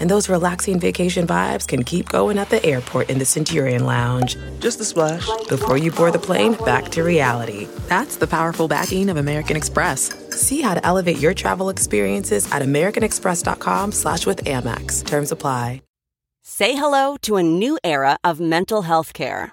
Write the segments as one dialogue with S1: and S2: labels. S1: And those relaxing vacation vibes can keep going at the airport in the Centurion Lounge
S2: Just a splash.
S1: before you board the plane back to reality. That's the powerful backing of American Express. See how to elevate your travel experiences at americanexpress.com slash with Amex. Terms apply.
S3: Say hello to a new era of mental health care.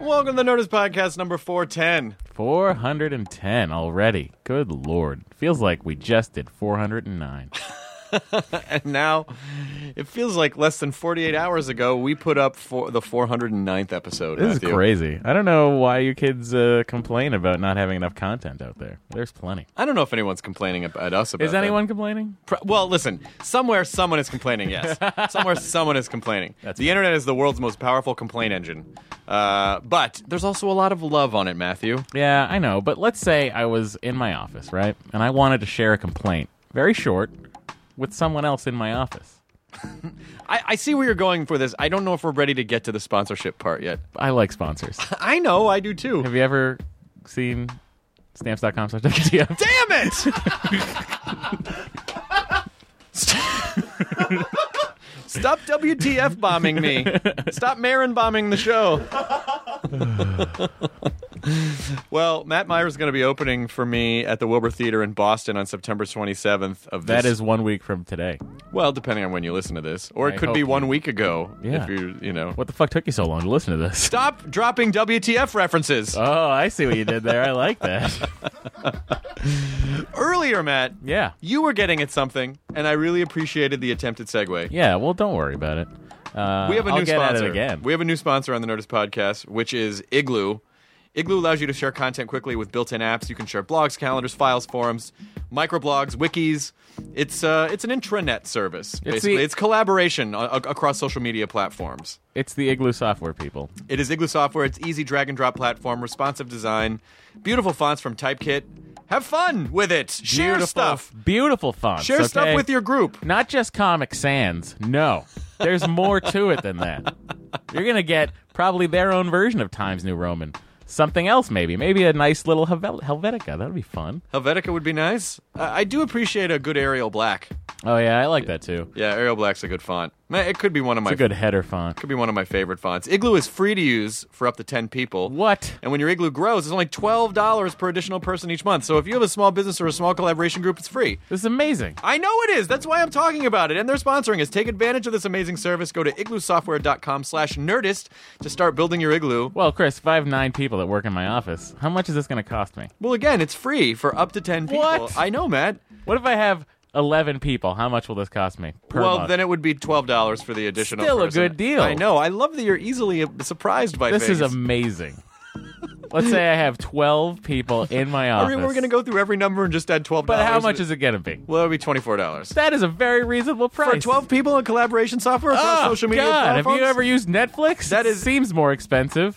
S2: Welcome to the Notice Podcast number 410.
S4: 410 already. Good lord. Feels like we just did 409.
S2: And now, it feels like less than 48 hours ago, we put up for the 409th episode.
S4: This is
S2: Matthew.
S4: crazy. I don't know why you kids uh, complain about not having enough content out there. There's plenty.
S2: I don't know if anyone's complaining ab- at us about
S4: Is
S2: that.
S4: anyone complaining?
S2: Pr- Well, listen, somewhere someone is complaining, yes. somewhere someone is complaining.
S4: That's
S2: the
S4: fine.
S2: internet is the world's most powerful complaint engine. Uh, but there's also a lot of love on it, Matthew.
S4: Yeah, I know. But let's say I was in my office, right? And I wanted to share a complaint, very short, with someone else in my office.
S2: I, I see where you're going for this. I don't know if we're ready to get to the sponsorship part yet.
S4: I like sponsors.
S2: I know, I do too.
S4: Have you ever seen stamps.com slash WTF?
S2: Damn it! Stop WTF bombing me. Stop Marin bombing the show. well, Matt Meyer's going to be opening for me at the Wilbur Theater in Boston on September 27th of this.
S4: That is one week from today.
S2: well, depending on when you listen to this, or it
S4: I
S2: could be
S4: hope
S2: one
S4: you-
S2: week ago
S4: Yeah.
S2: if you, you know.
S4: What the fuck took you so long to listen to this?
S2: Stop dropping WTF references.
S4: Oh, I see what you did there. I like that.
S2: Earlier, Matt,
S4: Yeah.
S2: you were getting at something, and I really appreciated the attempted segue.
S4: Yeah, well, don't worry about it. Uh,
S2: We have a
S4: I'll
S2: new
S4: get
S2: sponsor.
S4: at it again.
S2: We have a new sponsor on the Notice podcast, which is Igloo. Igloo allows you to share content quickly with built-in apps. You can share blogs, calendars, files, forums, microblogs, wikis. It's uh, it's an intranet service. basically,
S4: the-
S2: it's collaboration a- a- across social media platforms.
S4: it's the Igloo software people.
S2: It is Igloo software. It's easy drag and drop platform, responsive design, beautiful fonts from Typekit. Have fun with it. Share
S4: beautiful,
S2: stuff.
S4: Beautiful fonts.
S2: Share stuff
S4: okay?
S2: with your group.
S4: Not just Comic Sans. No. There's more to it than that. You're going to get probably their own version of Times New Roman. Something else, maybe. Maybe a nice little Helve- Helvetica. That would be fun.
S2: Helvetica would be nice. I I do appreciate a good Arial Black.
S4: Oh, yeah, I like that too.
S2: Yeah, Arial Black's a good font. Ma- It could be one of my
S4: It's a good header font.
S2: could be one of my favorite fonts. Igloo is free to use for up to 10 people.
S4: What?
S2: And when your Igloo grows, it's only $12 per additional person each month. So if you have a small business or a small collaboration group, it's free.
S4: This is amazing.
S2: I know it is. That's why I'm talking about it. And they're sponsoring us. Take advantage of this amazing service. Go to igloosoftware.com slash nerdist to start building your igloo.
S4: Well, Chris, if I have nine people that work in my office, how much is this going to cost me?
S2: Well, again, it's free for up to 10 people.
S4: What?
S2: I know, Matt.
S4: What if I have 11 people? How much will this cost me per
S2: well,
S4: month?
S2: then it would be $12 for the additional
S4: Still a
S2: person.
S4: good deal.
S2: I know. I love that you're easily uh, surprised by
S4: This
S2: things.
S4: is amazing. Let's say I have 12 people in my
S2: I
S4: office.
S2: mean, we're going to go through every number and just add $12.
S4: But how much is it going to be?
S2: Well, that would be $24.
S4: That is a very reasonable price.
S2: For 12 people in collaboration software across
S4: Oh,
S2: social media
S4: God, have
S2: platforms?
S4: you ever used Netflix?
S2: That
S4: It
S2: is-
S4: seems more expensive.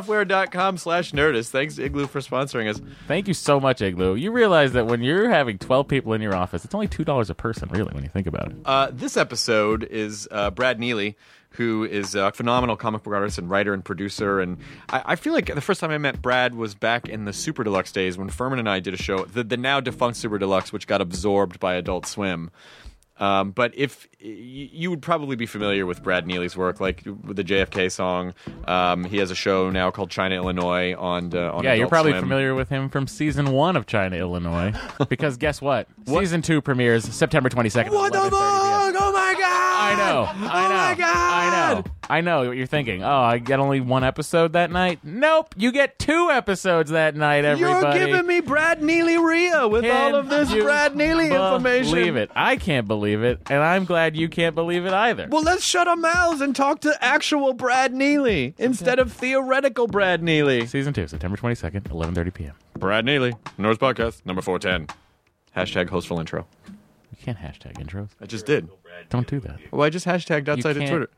S2: igloosoftware.com slash nerdist. Thanks to Igloo for sponsoring us.
S4: Thank you so much, Igloo. You realize that when you're having 12 people in your office, it's only $2 a person, really, when you think about it.
S2: Uh, this episode is uh, Brad Neely, who is a phenomenal comic book artist and writer and producer. And I, I feel like the first time I met Brad was back in the Super Deluxe days when Furman and I did a show, the, the now defunct Super Deluxe, which got absorbed by Adult Swim. Um, but if y- you would probably be familiar with Brad Neely's work, like with the JFK song, um, he has a show now called China Illinois on uh, on
S4: Yeah, you're
S2: Adult
S4: probably
S2: Swim.
S4: familiar with him from season one of China, Illinois. because guess what? Season two premieres September 22nd. at
S2: What the
S4: 11:30
S2: fuck?
S4: p.m.
S2: Oh my god!
S4: I know. I
S2: Oh
S4: know.
S2: my
S4: I know.
S2: god!
S4: I know what you're thinking. Oh, I get only one episode that night. Nope, you get two episodes that night. Everybody,
S2: You're giving me Brad Neely Rhea with
S4: Can
S2: all of this
S4: you
S2: Brad Neely information.
S4: Believe it? I can't believe it, and I'm glad you can't believe it either.
S2: Well, let's shut our mouths and talk to actual Brad Neely instead of theoretical Brad Neely.
S4: Season two, September 22nd, 11:30 p.m.
S2: Brad Neely, Norse Podcast, number 410. Hashtag hostful intro.
S4: You can't hashtag intros.
S2: I just did.
S4: Don't do that.
S2: Well, I just hashtagged
S4: You
S2: outside of
S4: can't-
S2: Twitter.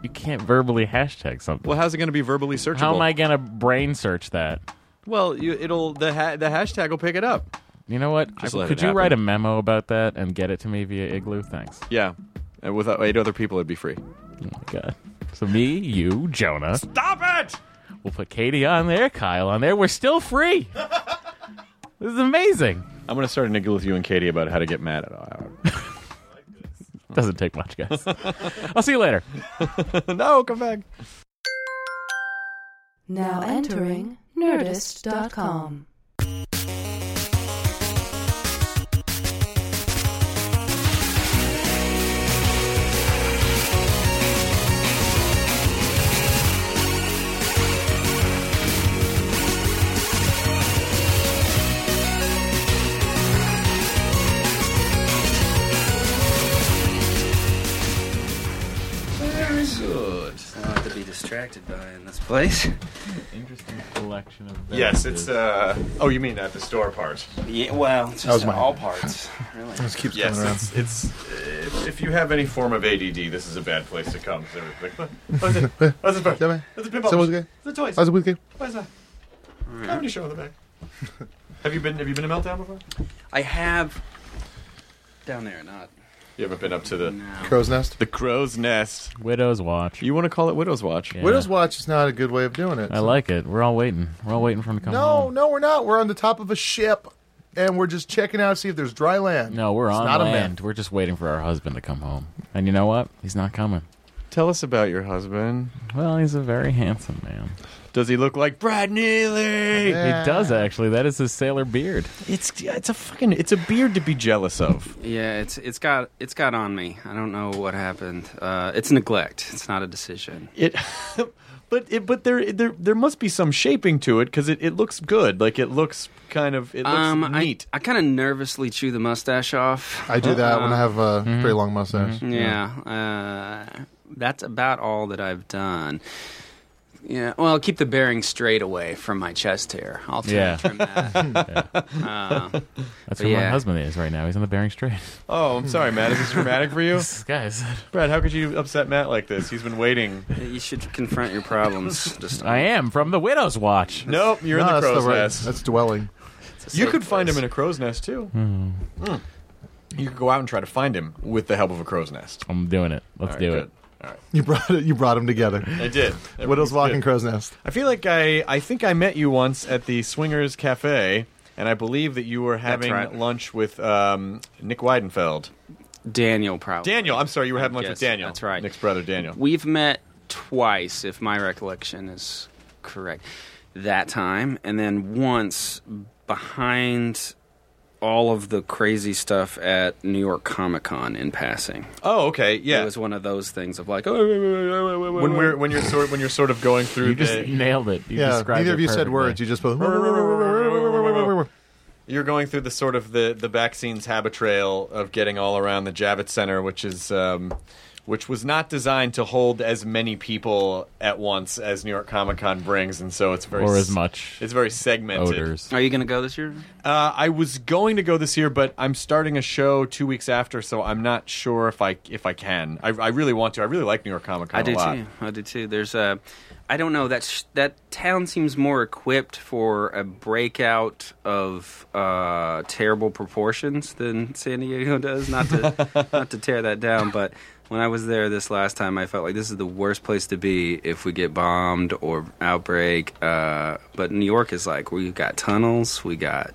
S4: You can't verbally hashtag something.
S2: Well, how's it going to be verbally searchable?
S4: How am I gonna brain search that?
S2: Well, you, it'll the ha- the hashtag will pick it up.
S4: You know what?
S2: Just
S4: I-
S2: let it
S4: could you
S2: happen.
S4: write a memo about that and get it to me via Igloo? Thanks.
S2: Yeah, and with uh, eight other people, it'd be free.
S4: Oh my god. So me, you, Jonah.
S2: Stop it!
S4: We'll put Katie on there, Kyle on there. We're still free. this is amazing.
S2: I'm going to start an igloo with you and Katie about how to get mad at all.
S4: Doesn't take much, guys. I'll see you later.
S2: no, come back.
S5: Now entering Nerdist.com.
S6: Good. I don't have to be distracted by in this place.
S4: Interesting collection of
S2: uh. Oh, you mean at the store part?
S6: Yeah, well, it's just all parts. Really.
S7: keeps
S2: Yes,
S7: coming around.
S2: it's it's. If, if you have any form of ADD, this is a bad place to come. 'cause everybody's like, "What? What's it? What's it?
S7: Yeah, man.
S2: What's it? Pinball?
S7: Someone's gay.
S2: It's the toys.
S7: How's it with you?
S2: What's that? Comedy show in the back. have you been? Have you been to Meltdown before?
S6: I have down there, not
S2: You haven't been up to the
S6: now.
S7: Crow's Nest.
S2: the crow's nest.
S4: Widow's Watch.
S2: You want to call it Widow's Watch?
S4: Yeah.
S7: Widow's Watch is not a good way of doing it.
S4: I like it. We're all waiting. We're all waiting for him to come
S7: No,
S4: home.
S7: no, we're not. We're on the top of a ship, and we're just checking out to see if there's dry land.
S4: No, we're
S7: it's
S4: on
S7: not
S4: land.
S7: A myth.
S4: We're just waiting for our husband to come home. And you know what? He's not coming.
S2: Tell us about your husband.
S4: Well, he's a very handsome man.
S2: Does he look like Brad Neely?
S7: Yeah.
S4: He does actually. That is his sailor beard.
S2: It's it's a fucking it's a beard to be jealous of.
S6: Yeah, it's it's got it's got on me. I don't know what happened. Uh, it's neglect. It's not a decision.
S2: It, but it, but there there there must be some shaping to it because it, it looks good. Like it looks kind of it looks
S6: Um, I,
S2: neat.
S6: I kind of nervously chew the mustache off.
S7: I do that when I have a very long mustache.
S6: Yeah, uh, that's about all that I've done. Yeah, well, keep the bearing straight away from my chest hair. I'll trim,
S4: Yeah.
S6: trim that. Uh,
S4: That's
S6: But
S4: where my
S6: yeah.
S4: husband is right now. He's on the Bering Strait.
S2: oh, I'm sorry, Matt. Is this dramatic for you,
S4: Guys,
S2: Brad? How could you upset Matt like this? He's been waiting.
S6: you should confront your problems. Just
S4: I am from the Widow's Watch.
S2: Nope, you're
S7: No,
S2: in the
S7: that's
S2: crow's
S7: right-
S2: nest.
S7: That's dwelling.
S2: you could find him in a crow's nest too.
S7: Hmm.
S2: Mm. You could go out and try to find him with the help of a crow's nest.
S4: I'm doing it. Let's
S2: All right,
S4: do
S2: good.
S4: it.
S2: All right,
S7: You brought it. You brought them together.
S2: I did.
S7: Widow's
S2: Everything's
S7: Walk
S2: good.
S7: and Crow's Nest.
S2: I feel like I I think I met you once at the Swingers Cafe, and I believe that you were having
S6: right.
S2: lunch with um, Nick Weidenfeld.
S6: Daniel, probably.
S2: Daniel, I'm sorry, you were having lunch with
S6: Yes,
S2: Daniel.
S6: that's right.
S2: Nick's brother, Daniel.
S6: We've met twice, if my recollection is correct, that time, and then once behind all of the crazy stuff at New York Comic Con in passing.
S2: Oh, okay, yeah.
S6: It was one of those things of like, oh, wait, wait, wait, wait, wait, wait,
S2: when
S6: wait."
S2: we're when you're sort when you're sort of going through
S4: You just
S2: the,
S4: nailed it. You
S7: yeah.
S4: described
S7: Neither
S4: it
S7: of you said
S4: perfectly.
S7: words. You just both.
S2: you're going through the sort of the the back scenes habit trail of getting all around the Javits Center, which is. Um, which was not designed to hold as many people at once as New York Comic Con brings, and so it's very
S4: or as
S2: s-
S4: much
S2: It's very segmented.
S4: odors.
S6: Are you going to go this year?
S2: Uh, I was going to go this year, but I'm starting a show two weeks after, so I'm not sure if I if I can. I, I really want to. I really like New York Comic Con
S6: I
S2: a
S6: do
S2: lot.
S6: too. I do too. There's a, I don't know. That sh- that town seems more equipped for a breakout of uh, terrible proportions than San Diego does. Not to not to tear that down, but when I was there this last time, I felt like this is the worst place to be if we get bombed or outbreak. Uh, but New York is like we've got tunnels, we got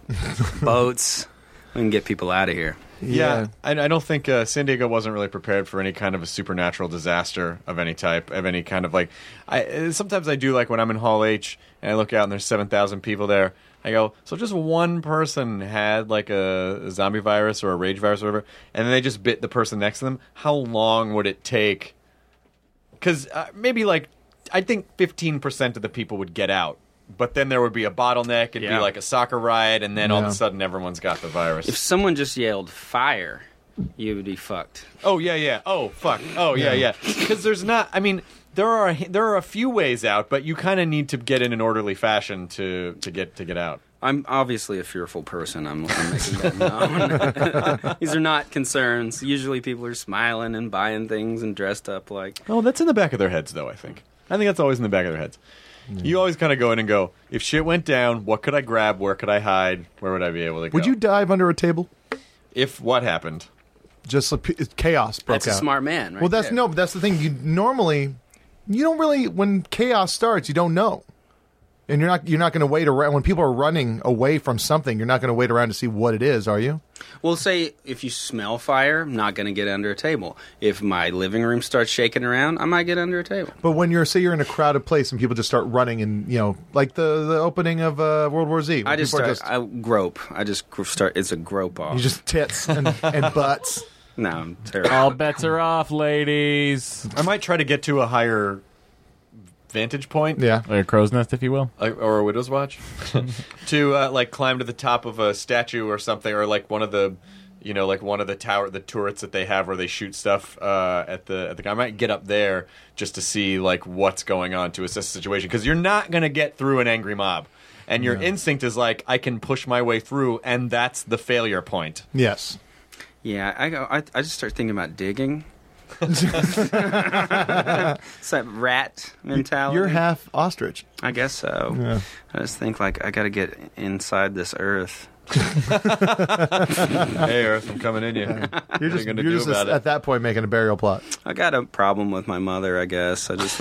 S6: boats, we can get people out of here.
S2: Yeah, I, I don't think uh, San Diego wasn't really prepared for any kind of a supernatural disaster of any type, of any kind of like. I uh, sometimes I do like when I'm in Hall H and I look out and there's seven thousand people there. I go, so just one person had like a zombie virus or a rage virus or whatever, and then they just bit the person next to them. How long would it take? Because uh, maybe like I think fifteen percent of the people would get out. But then there would be a bottleneck. It'd
S6: Yeah.
S2: be like a soccer riot, and then all of
S7: Yeah.
S2: a sudden everyone's got the virus.
S6: If someone just yelled fire, you would be fucked.
S2: Oh yeah, yeah. Oh fuck. Oh yeah, yeah. Because there's not. I mean, there are there are a few ways out, but you kind of need to get in an orderly fashion to to get to get out.
S6: I'm obviously a fearful person. I'm, I'm making that known. These are not concerns. Usually, people are smiling and buying things and dressed up like.
S2: Oh, that's in the back of their heads, though. I think. I think that's always in the back of their heads. You always kind of go in and go. If shit went down, what could I grab? Where could I hide? Where would I be able to go?
S7: Would you dive under a table?
S2: If what happened?
S7: Just like, p- chaos broke
S6: That's a
S7: out.
S6: smart man, right?
S7: well, that's
S6: there.
S7: no, but that's the thing. You normally, you don't really when chaos starts, you don't know, and you're not you're not going to wait around when people are running away from something. You're not going to wait around to see what it is, are you?
S6: Well, say if you smell fire, I'm not going to get under a table. If my living room starts shaking around, I might get under a table.
S7: But when you're say you're in a crowded place and people just start running and you know like the the opening of uh, World War Z,
S6: I
S7: when
S6: just,
S7: people
S6: start,
S7: are
S6: I grope. I just gr- start. It's a grope off.
S7: you just tits and, and butts.
S6: no, I'm terrible.
S4: All bets are off, ladies.
S2: I might try to get to a higher vantage point.
S7: Yeah,
S4: Or a crow's nest, if you will.
S2: Like- or a widow's watch to uh, like climb to the top of a statue or something or like one of the you know like one of the tower the turrets that they have where they shoot stuff uh, at the at the I might get up there just to see like what's going on to assess the situation because you're not gonna get through an angry mob and your instinct is like I can push my way through and that's the failure point
S7: yes.
S6: Yeah, I go. I, I just start thinking about digging. it's that rat mentality.
S7: You're half ostrich.
S6: I guess so. I just think like I got to get inside this earth.
S2: hey Earth I'm coming in you
S7: You're
S2: what are
S7: just,
S2: you gonna
S7: you're
S2: do
S7: just
S2: about
S7: at
S2: it
S7: that point making a burial plot.
S6: I got a problem with my mother. I guess I just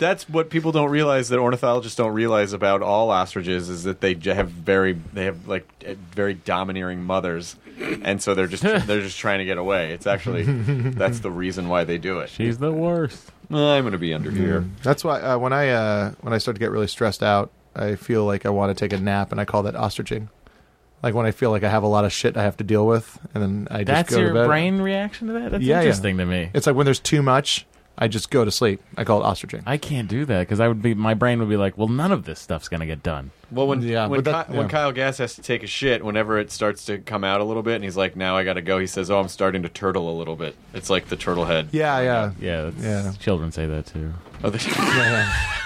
S2: that's what people don't realize that ornithologists don't realize about all ostriches is that they j- have very they have like eh, very domineering mothers, and so they're just they're just trying to get away. It's actually that's the reason why they do it.
S4: She's the worst.
S2: I'm gonna be under here.
S7: That's why uh, when I uh, when I start to get really stressed out, I feel like I want to take a nap, and I call that ostriching. Like when I feel like I have a lot of shit I have to deal with, and then I just
S4: That's
S7: go to
S4: your
S7: bed.
S4: brain reaction to that? That's
S7: Yeah, yeah.
S4: interesting to me.
S7: It's like when there's too much, I just go to sleep. I call it ostriching.
S4: I can't do that because I would be my brain would be like, well, none of this stuff's gonna get done.
S2: Well, when
S7: Yeah,
S2: when,
S7: but that-
S2: Ky- when
S7: yeah.
S2: Kyle Gass has to take a shit, whenever it starts to come out a little bit, and he's like, "Now I gotta go," he says, "Oh, I'm starting to turtle a little bit." It's like the turtle head.
S7: yeah, yeah,
S4: Yeah, that's,
S7: Yeah.
S4: Children say that too.
S2: Oh, the-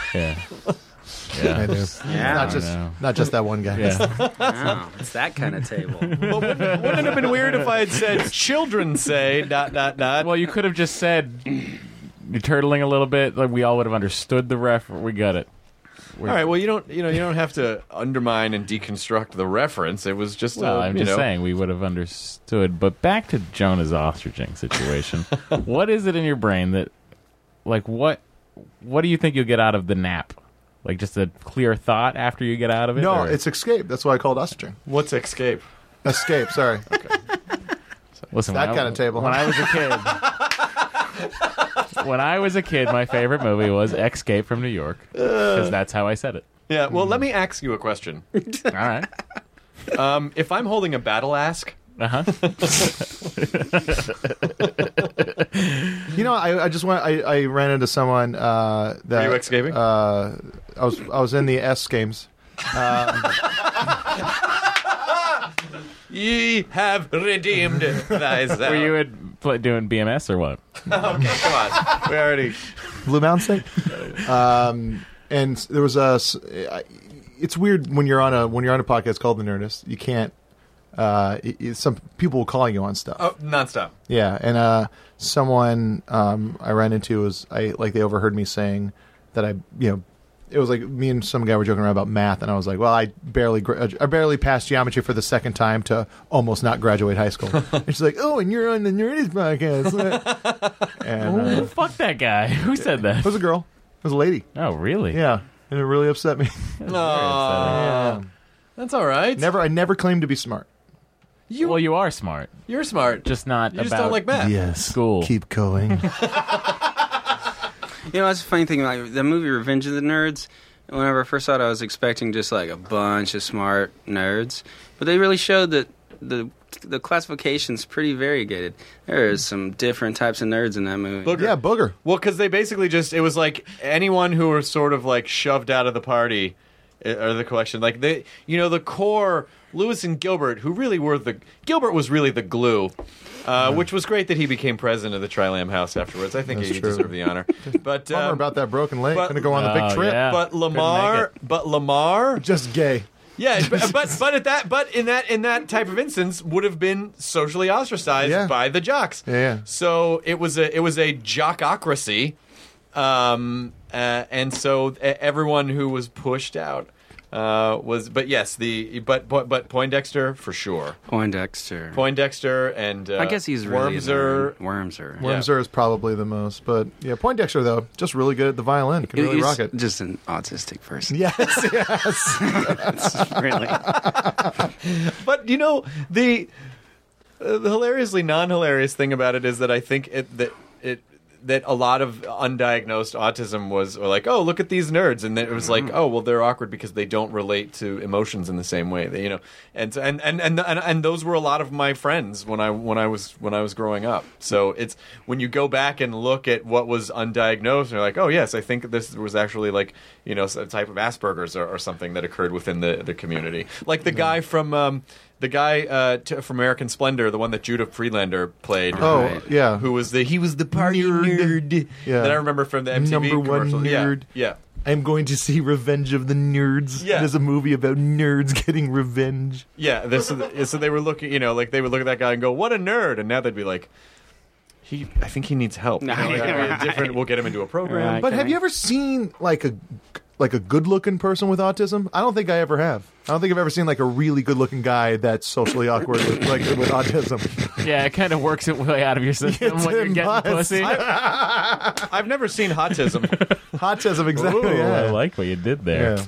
S4: Yeah, yeah,
S7: I do. not
S6: I
S7: just
S4: know.
S7: not just that one guy.
S4: yeah.
S6: wow, it's that kind of table.
S2: Well, wouldn't, wouldn't it have been weird if I had said, "Children say dot dot dot"?
S4: well, you could have just said you're turtling a little bit. Like we all would have understood the ref. We got it.
S2: All right. Well, you don't. You know, you don't have to undermine and deconstruct the reference. It was just.
S4: Well,
S2: uh,
S4: I'm
S2: you
S4: just
S2: know,
S4: saying we would have understood. But back to Jonah's ostriching situation. what is it in your brain that, like, what, what do you think you'll get out of the nap? Like just a clear thought after you get out of it.
S7: No,
S4: or-
S7: it's escape. That's why I call it ostriching.
S2: What's escape?
S7: Escape. Sorry.
S4: Listen,
S7: That
S4: when I-
S7: kinda table,
S4: When
S7: huh?
S4: I was a kid. when I was a kid, my favorite movie was Escape from New York because that's how I said it.
S2: Yeah. Well, let me ask you a question.
S4: All right.
S2: Um, if I'm holding a battle ask,
S4: Uh huh.
S7: You know, I, I just went. I, I ran into someone uh, that
S2: Were you escaping?
S7: Uh, I was I was in the S games.
S2: ye have redeemed thyself.
S4: Were you at, pl- doing BMS or what?
S2: okay, come on. We already.
S7: Blue Mountain State. um, and there was a. s- I- It's weird when you're on a when you're on a podcast called The Nerdist. You can't. Uh, it- it- some people will call you on stuff.
S2: Oh, nonstop.
S7: Yeah, and uh, someone um, I ran into was I like they overheard me saying that I you know it was like me and some guy were joking around about math, and I was like, well, I barely gra- I barely passed geometry for the second time to almost not graduate high school. and she's like, oh, and you're on the Nerdist podcast. and uh, it
S4: Fuck that guy. Who said that?
S7: was a girl, it was a lady.
S4: Oh, really?
S7: Yeah, and it really upset me.
S4: That's very upsetting.
S2: That's all right.
S7: never, I never claimed to be smart.
S2: You,
S4: well, you are smart,
S2: you're smart.
S4: just not
S2: you
S4: about
S2: just don't like math.
S7: Yes.
S4: School.
S7: Keep going.
S6: You know, that's the funny thing. Like the movie Revenge of the Nerds. Whenever I first saw it, I was expecting just like a bunch of smart nerds, but they really showed that the the classification's pretty variegated. There is some different types of nerds in that movie.
S2: Booger.
S7: yeah, booger.
S2: Well, because they basically just it was like anyone who was sort of like shoved out of the party uh, or the collection, like they, you know, the core Lewis and Gilbert, who really were the Gilbert was really the glue. Uh, which was great that he became president of the Trilam House afterwards. I think
S7: That's
S2: he
S7: true.
S2: deserved the honor. But
S7: Bummer
S2: um,
S7: about that broken leg.
S2: but-
S7: Gonna go on the
S4: Oh,
S7: big trip.
S4: yeah.
S2: But
S4: Couldn't make
S2: Lamar,
S4: it.
S2: but Lamar,
S7: Just gay.
S2: yeah, but, but but at that, but in that in that type of instance, would have been socially ostracized
S7: Yeah.
S2: by the jocks.
S7: Yeah, yeah.
S2: So it was a it was a jockocracy, um, uh, and so e- everyone who was pushed out uh, was. But yes, the but but, but Poindexter for sure.
S6: Poindexter.
S2: Poindexter and uh,
S6: I guess he's really
S2: Wormser.
S6: the Wormser.
S2: Yeah.
S7: Wormser is probably the most, but yeah, Poindexter though, just really good at the violin. Can really
S6: He's
S7: rock it.
S6: Just an autistic person.
S7: Yes, yes.
S6: really. Oh,
S2: But you know the, uh, the hilariously non-hilarious thing about it is that I think it that it that a lot of undiagnosed autism was were like, oh, look at these nerds, and then it was like, oh, well, they're awkward because they don't relate to emotions in the same way, they, you know, and so- and and and and, and those were a lot of my friends when I when I was when I was growing up. So it's when you go back and look at what was undiagnosed, and you're like, oh, yes, I think this was actually like you know a type of Asperger's or, or something that occurred within the the community, like the guy from. Um, the guy uh, t- from American Splendor, the one that Judah Friedlander played.
S7: Oh,
S6: Right.
S7: yeah.
S2: Who was the he was the party
S7: Nerd.
S2: nerd,
S7: Yeah.
S2: that I remember from the MTV
S7: Number one
S2: commercial.
S7: nerd.
S2: Yeah,
S7: I'm going to see Revenge of the Nerds.
S2: Yeah.
S7: It is a movie about nerds getting revenge.
S2: yeah, yeah. This is- so they were looking, you know, like they would look at that guy and go, "What a nerd!" And now they'd be like, "He, I think he needs help. You know, like,
S6: Right.
S2: different. We'll get him into a program."
S6: Right.
S7: But
S6: Okay.
S7: have you ever seen like a like a good looking person with autism? I don't think I ever have. I don't think I've ever seen like a really good looking guy that's socially awkward with, like with autism.
S4: Yeah, it kind of works its way out of your system when you're
S7: It
S4: getting
S7: must.
S4: pussy.
S2: I've never seen hotism.
S7: Autism, exactly.
S4: Ooh,
S7: yeah.
S4: I like what you did there.
S7: yeah.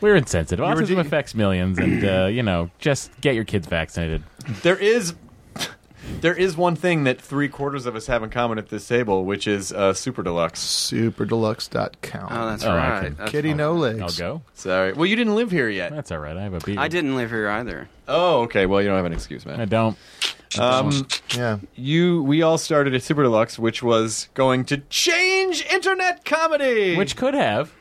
S4: We're insensitive.
S7: were
S4: Autism
S7: dig-
S4: affects millions, and uh, you know, just get your kids vaccinated.
S2: there is. There is one thing that three quarters of us have in common at this table, which is uh, super deluxe.
S7: Superdeluxe.com.
S6: Oh, that's
S4: Oh, I
S6: right.
S4: can-
S6: That's-
S7: Kitty no legs.
S4: I'll go.
S2: Sorry, well, you didn't live here yet.
S4: That's all right. I have a beer.
S6: I didn't live here either.
S2: Oh, okay. Well, you don't have an excuse, man.
S4: I don't.
S2: Um,
S7: Yeah.
S2: you we all started at Super Deluxe, which was going to change internet comedy.
S4: Which could have.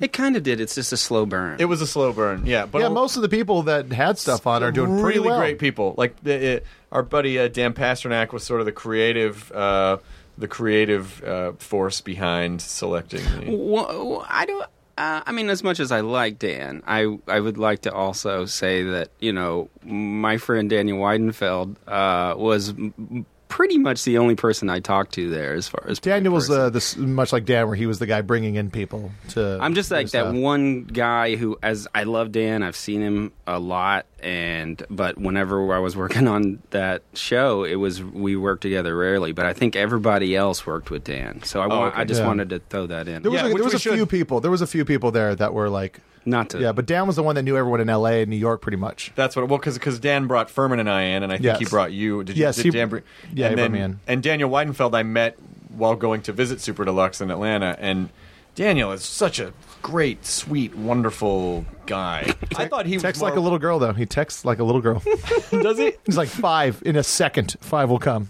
S6: It kind of did. It's just a slow burn.
S2: it was a slow burn, yeah. But
S7: yeah, most of the people that had stuff on are doing
S2: really
S7: pretty well.
S2: great people. Like the, it, our buddy uh, Dan Pasternak was sort of the creative, uh, the creative uh, force behind selecting. The,
S6: Well, I don't. Uh, I mean, as much as I like Dan, I I would like to also say that you know my friend Daniel Weidenfeld uh, was m- m- pretty much the only person I talked to there as far as
S7: Daniel was
S6: person.
S7: uh, this much like Dan, where he was the guy bringing in people to.
S6: I'm just like
S7: do
S6: that
S7: stuff.
S6: one guy who, as I love Dan, I've seen him a lot, and but whenever I was working on that show, it was we worked together rarely. But I think everybody else worked with Dan, so I want,
S2: okay.
S6: I just
S7: Oh, Yeah.
S6: wanted to throw that in.
S7: There was,
S2: Yeah,
S7: a,
S2: which
S7: there was
S2: we
S7: a few
S2: should-
S7: people. There was a few people there that were like,
S6: Not to,
S7: yeah. But Dan was the one that knew everyone in L.A. and New York, pretty much.
S2: that's what well because Dan brought Furman and I in, and I think
S7: Yes.
S2: he brought you. Did you?
S7: Yes,
S2: did
S7: he-
S2: Dan bring-
S7: yeah,
S2: and
S7: he brought
S2: then-
S7: me in.
S2: And Daniel Weidenfeld, I met while going to visit Super Deluxe in Atlanta, and Daniel is such a great, sweet, wonderful guy. I thought he was
S7: Texts
S2: more-
S7: like a little girl, though. He texts like a little girl.
S2: Does he?
S7: He's like five in a second. Five will come.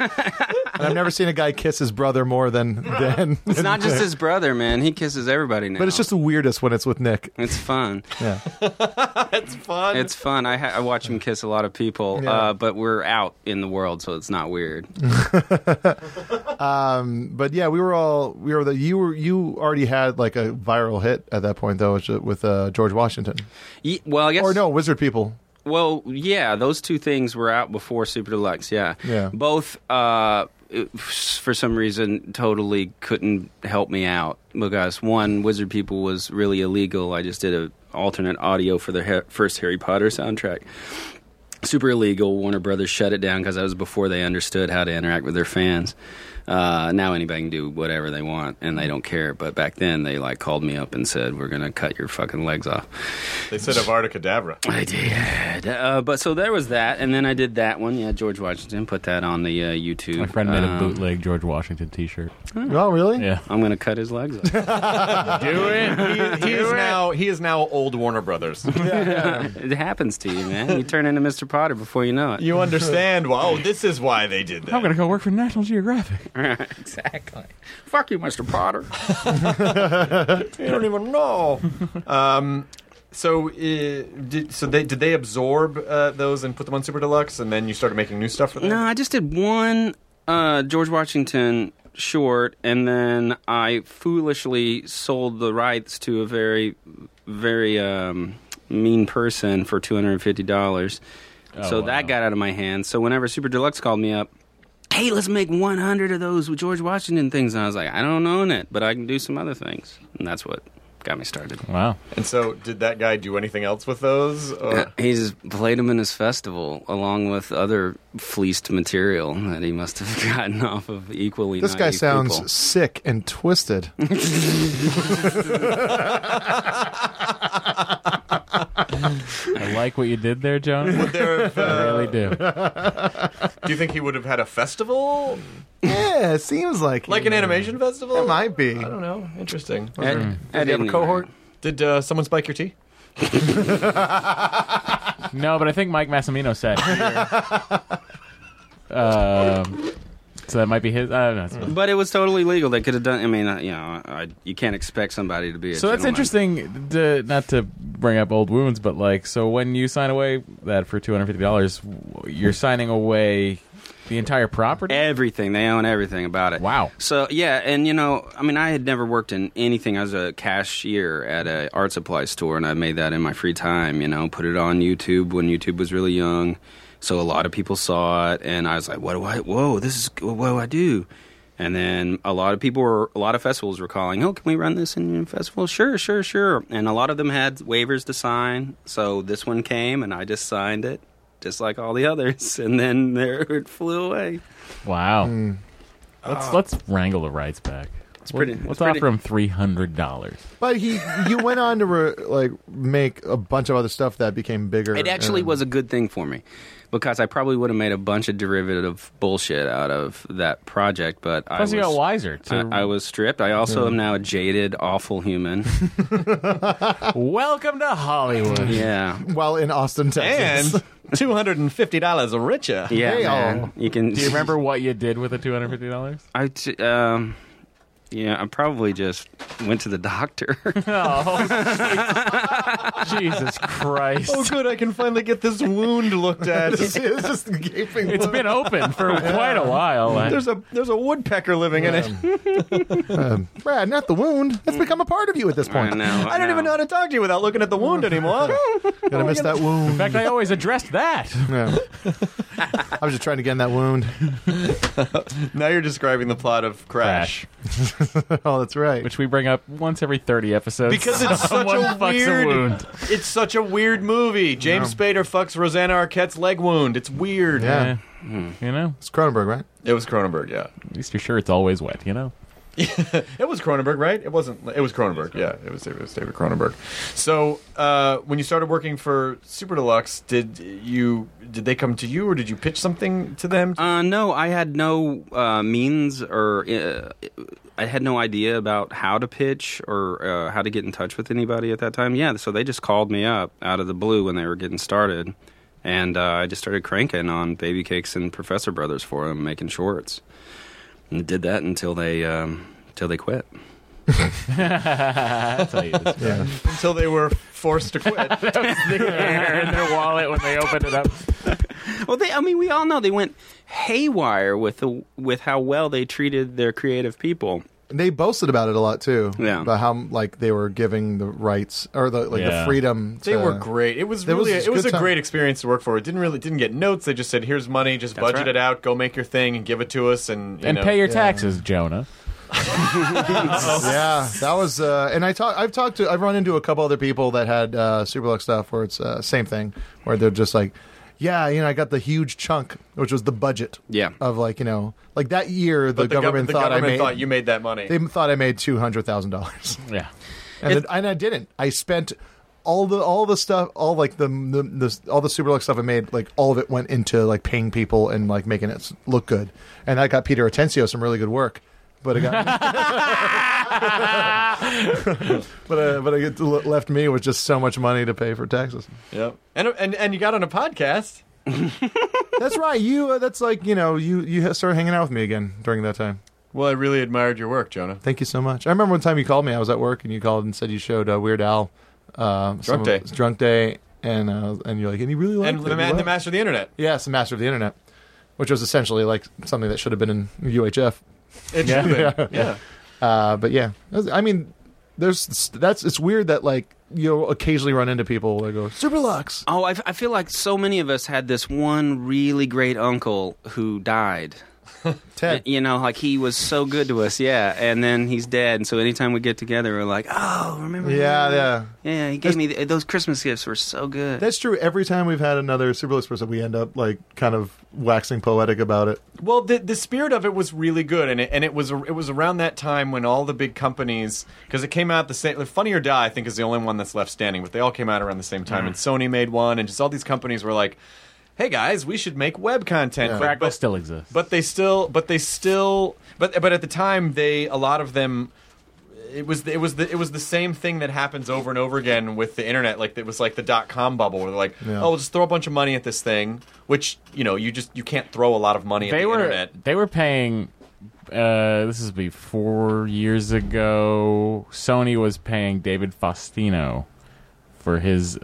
S7: and I've never seen a guy kiss his brother more than than.
S6: It's not just his brother, man. He kisses everybody now.
S7: But it's just the weirdest when it's with Nick.
S6: It's fun.
S7: Yeah.
S2: That's fun.
S6: It's fun. I, ha- I watch him kiss a lot of people,
S7: Yeah. Mm-hmm.
S6: uh, but we're out in the world, so it's not weird.
S7: But yeah, we were all we were the you were you already had like a viral hit at that point though which- with uh, George Washington
S6: Ye- well, I guess.
S7: or no Wizard People.
S6: Well, yeah, those two things were out before Super Deluxe. Yeah,
S7: Yeah.
S6: Both, uh, it- for some reason, totally couldn't help me out because one, Wizard People was really illegal. I just did a alternate audio for the ha- first Harry Potter soundtrack. super illegal. Warner Brothers shut it down because that was before they understood how to interact with their fans. Uh, now anybody can do whatever they want and they don't care. But back then they like called me up and said, "We're gonna cut your fucking legs off."
S8: They said Avada Kedavra.
S6: I did. Uh, but so there was that, and then I did that one. Yeah, George Washington put that on the uh, YouTube.
S4: My friend made a
S6: Um,
S4: bootleg George Washington T-shirt.
S6: Hmm.
S7: Oh, really?
S4: Yeah,
S6: I'm gonna cut his legs off.
S4: do it.
S2: He is now he is now old Warner Brothers.
S6: it happens to you, man. You turn into Mr. Potter before you know it.
S8: You understand? Well, oh, this is why they did that.
S4: I'm gonna go work for National Geographic.
S6: exactly. Fuck you, Mr. Potter.
S2: You don't even know. um, so, uh, did, so they did they absorb uh, those and put them on Super Deluxe, and then you started making new stuff for them.
S6: No, I just did one uh, George Washington short, and then I foolishly sold the rights to a very, very um, mean person for two hundred and fifty dollars. so
S4: wow.
S6: that got out of my hands. So whenever Super Deluxe called me up. Hey, let's make 100 of those with George Washington things. And I was like, I don't own it, but I can do some other things. And that's what got me started.
S4: Wow.
S8: And so, did that guy do anything else with those? Or?
S6: He's played them in his festival along with other fleeced material that he must have gotten off of equally.
S7: This guy
S6: naive
S7: sounds
S6: people.
S7: sick and twisted.
S4: I like what you did there, Jonah.
S8: There have,
S4: I
S8: uh,
S4: really do.
S8: do you think he would have had a festival,
S7: yeah, it seems like
S2: like an animation festival.
S7: It might be.
S2: I don't know. Interesting.
S6: At- at
S2: Did you have a
S6: any
S2: cohort?
S6: rate.
S2: Did uh, someone spike your tea?
S4: No, but I think Mike Massimino said. um, so that might be his. I don't know. It's fine.
S6: But it was totally legal. They could have done. I mean, uh, you know, I, you can't expect somebody to be. A
S4: So that's
S6: gentleman.
S4: interesting. To, not to bring up old wounds, but like, so when you sign away that for two hundred fifty dollars, you're signing away the entire property.
S6: Everything they own, everything about it.
S4: Wow.
S6: So yeah, and you know, I mean, I had never worked in anything. I was a cashier at a art supply store, and I made that in my free time. You know, put it on YouTube when YouTube was really young, so a lot of people saw it, and I was like, "What do I? Whoa, this is what do I do?" And then a lot of people were, a lot of festivals were calling, "Oh, can we run this in your festival?" Sure, sure, sure. And a lot of them had waivers to sign, so this one came, and I just signed it. Just like all the others, and then there it flew away.
S4: Wow. Let's let's wrangle the rights back. It's
S6: pretty-
S4: Let's
S6: Uh, it's
S4: offer
S6: pretty-
S4: him three hundred dollars.
S7: But he, you went on to re, like make a bunch of other stuff that became bigger.
S6: It actually was a good thing for me because I probably would have made a bunch of derivative bullshit out of that project. But I
S4: Plus,
S6: was,
S4: you got wiser. To
S6: I, I was stripped. I also am now a jaded, awful human. uh,
S4: welcome to Hollywood.
S6: yeah,
S7: well in Austin, Texas.
S2: And two hundred and fifty dollars richer.
S6: yeah.
S7: Hey,
S6: man.
S7: all.
S6: You can.
S4: Do you remember what you did with the two hundred fifty dollars?
S6: I t- um, yeah, I probably just went to the doctor.
S4: Oh, Jesus Christ!
S2: Oh, good! I can finally get this wound looked at.
S7: It's just a gaping.
S4: It's
S7: wound.
S4: been open for quite a while. I-
S2: There's a there's a woodpecker living in it.
S7: Um, Brad, not the wound. It's become a part of you at this
S6: I
S7: point.
S6: know.
S2: I don't even know how to talk to you without looking at the wound anymore.
S7: Gotta miss that
S4: In
S7: wound.
S4: fact, I always addressed that.
S7: Yeah. I was just trying to get in that wound.
S2: now you're describing the plot of Crash.
S7: Oh, that's right.
S4: which we bring up once every 30 episodes.
S2: Because it's such
S4: Someone
S2: a
S4: fucks
S2: weird,
S4: a wound.
S2: it's such a weird movie. James Spader fucks Rosanna Arquette's leg wound. It's weird.
S7: Yeah.
S4: Yeah. You know,
S7: It's Cronenberg, right?
S2: It was Cronenberg. Yeah,
S4: at least you're sure it's always wet, you know?
S2: it was Cronenberg, right? It wasn't. It was Cronenberg. Yeah, it was, it was David Cronenberg. So uh, when you started working for Super Deluxe, did you did they come to you or did you pitch something to them?
S6: Uh, no, I had no uh, means or uh, I had no idea about how to pitch or uh, how to get in touch with anybody at that time. Yeah, so they just called me up out of the blue when they were getting started. And uh, I just started cranking on Baby Cakes and Professor Brothers for them, making shorts. And did that until they um, until they quit.
S4: I'll tell you this.
S7: Yeah.
S2: Until they were forced to quit.
S4: They're in their wallet when they opened it up.
S6: Well, they, I mean, we all know they went haywire with the, with how well they treated their creative people.
S7: They boasted about it a lot too.
S6: Yeah.
S7: About how like they were giving the rights or the like
S4: Yeah.
S7: the freedom.
S2: They
S7: to-
S2: were great. It was
S7: That was
S2: really
S7: just
S2: it was
S7: good
S2: a
S7: time.
S2: great experience to work for. It didn't really didn't get notes. They just said, "Here's money. Just budget
S6: right.
S2: it out. Go make your thing and give it to us." And you
S4: And
S2: know.
S4: pay your taxes, Jonah.
S2: Oh.
S7: Yeah, that was. Uh, and I talk, I've talked to. I've run into a couple other people that had uh, Superlux stuff where it's uh, same thing, where they're just like, yeah, you know, I got the huge chunk, which was the budget.
S6: Yeah.
S7: Of like, you know, like that year,
S2: But
S7: the,
S2: gov-
S7: government
S2: the
S7: thought
S2: government
S7: I made.
S2: thought you made that money.
S7: they thought I made two hundred thousand dollars,
S4: Yeah.
S7: and then, and I didn't. I spent all the all the stuff, all like the, the, the all the Superlux stuff I made, like all of it went into like paying people and like making it s- look good, and that got Peter Atencio some really good work, but it got. but uh, but it left me with just so much money to pay for taxes.
S2: Yep. And, and and you got on a podcast.
S7: That's right. You. Uh, that's like you know. You you started hanging out with me again during that time.
S2: Well, I really admired your work, Jonah.
S7: Thank you so much. I remember one time you called me. I was at work and you called and said you showed uh, Weird Al. Uh, some of
S2: Day.
S7: his Drunk day. And uh, and you're like, and he really liked
S2: And
S7: it.
S2: the
S7: He
S2: man, the
S7: liked-
S2: master of the internet.
S7: Yes, the master of the internet, which was essentially like something that should have been in UHF.
S2: It yeah. yeah.
S7: Uh, but yeah, That's- I mean, there's that's it's weird that like you'll occasionally run into people that go Superlux.
S6: Oh, I, f- I feel like so many of us had this one really great uncle who died.
S7: Ted.
S6: You know, like he was so good to us, yeah. And then he's dead, and so anytime we get together, we're like, oh, remember?
S7: Yeah,
S6: him?
S7: yeah.
S6: yeah. He gave me th- those Christmas gifts were so good.
S7: That's true. Every time we've had another Superlux person, we end up like kind of waxing poetic about it.
S2: Well, the the spirit of it was really good, and it, and it was it was around that time when all the big companies because it came out the same. Funny or Die, I think, is the only one that's left standing, but they all came out around the same time. And Sony made one, and just all these companies were like, "Hey guys, we should make web content."
S7: Yeah.
S4: Crackle
S2: But,
S4: still exists.
S2: but they still, but they still, but but at the time, they a lot of them. It was it was the it was the same thing that happens over and over again with the internet. Like it was like the dot com bubble, where they're like,
S7: Yeah.
S2: "Oh, we'll just throw a bunch of money at this thing," which you know you just you can't throw a lot of money at
S4: they
S2: the
S4: were
S2: internet.
S4: they were paying. Uh, this is be four years ago. Sony was paying David Faustino for his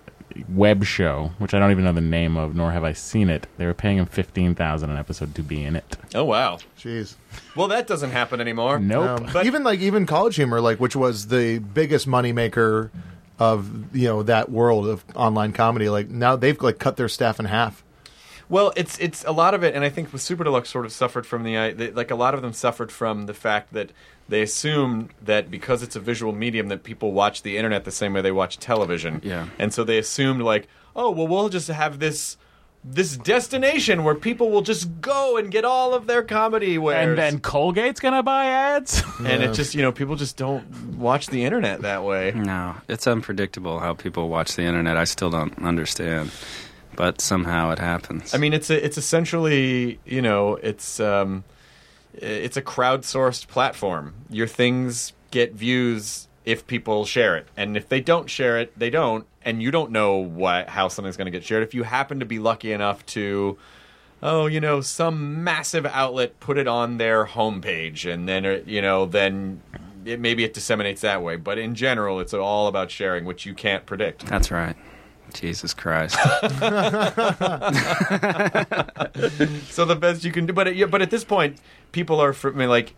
S4: web show, which I don't even know the name of, nor have I seen it. They were paying him fifteen thousand an episode to be in it.
S2: Oh wow.
S7: Jeez.
S2: Well, that doesn't happen anymore.
S4: Nope.
S7: Um,
S2: But-
S7: even like even college humor, like which was the biggest moneymaker of you know that world of online comedy. Like now they've like cut their staff in half.
S2: Well, it's it's a lot of it, and I think with Super Deluxe sort of suffered from the uh, they, like a lot of them suffered from the fact that they assumed that because it's a visual medium that people watch the internet the same way they watch television.
S6: Yeah.
S2: And so they assumed like, oh well, we'll just have this this destination where people will just go and get all of their comedy wares.
S4: and then Colgate's gonna buy ads.
S2: and it just you know people just don't watch the internet that way.
S6: No, it's unpredictable how people watch the internet. I still don't understand, but somehow it happens.
S2: I mean, it's a, it's essentially you know it's um, it's a crowdsourced platform. Your things get views if people share it, and if they don't share it, they don't, and you don't know what how something's going to get shared. If you happen to be lucky enough to. Oh, you know, some massive outlet put it on their homepage, and then it- you know, then it maybe it disseminates that way. But in general, it's all about sharing, which you can't predict.
S6: that's right. Jesus Christ.
S2: So the best you can do, but at, yeah, but at this point, people are for I mean, like,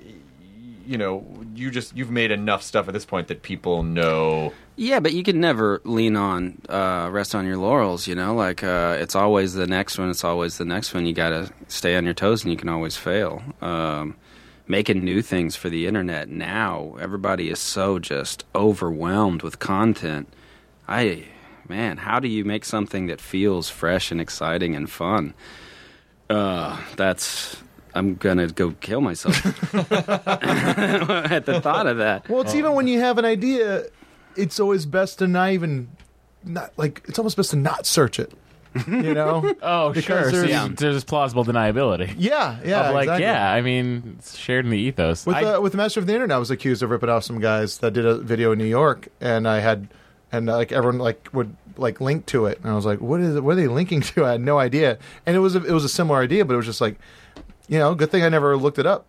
S2: you know, you just you've made enough stuff at this point that people know.
S6: Yeah, but you can never lean on, uh, rest on your laurels, you know? Like, uh, it's always the next one, it's always the next one. You gotta stay on your toes and you can always fail. Um, making new things for the internet now, everybody is so just overwhelmed with content. I, man, how do you make something that feels fresh and exciting and fun? Uh, that's, I'm gonna go kill myself at the thought of that.
S7: Well, it's
S4: Oh.
S7: even when you have an idea, it's always best to not even not like it's almost best to not search it. You know?
S4: oh,
S7: Because
S4: sure. There's,
S7: there's-
S6: Yeah.
S4: there's plausible deniability.
S7: yeah, yeah,
S4: of like,
S7: exactly.
S4: yeah. I mean, it's shared in the ethos.
S7: With
S4: I-
S7: uh, with the master of the internet, I was accused of ripping off some guys that did a video in New York, and I had, and like everyone like would like link to it, and I was like, what is it? What are they linking to? I had no idea, and it was a, it was a similar idea, but it was just like, you know, good thing I never looked it up.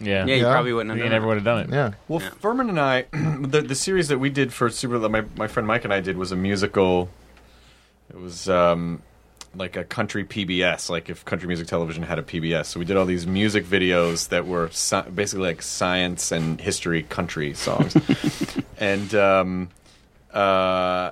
S4: yeah.
S6: Yeah, you
S7: Yeah.
S6: probably wouldn't have
S4: You
S6: done
S4: never
S6: that.
S4: would have done it.
S7: Yeah,
S2: Well, Furman and I, the the series that we did for Super, that my my friend Mike and I did was a musical. It was um, like a country PBS, like if country music television had a PBS. So we did all these music videos that were sci- basically like science and history country songs, and um, uh,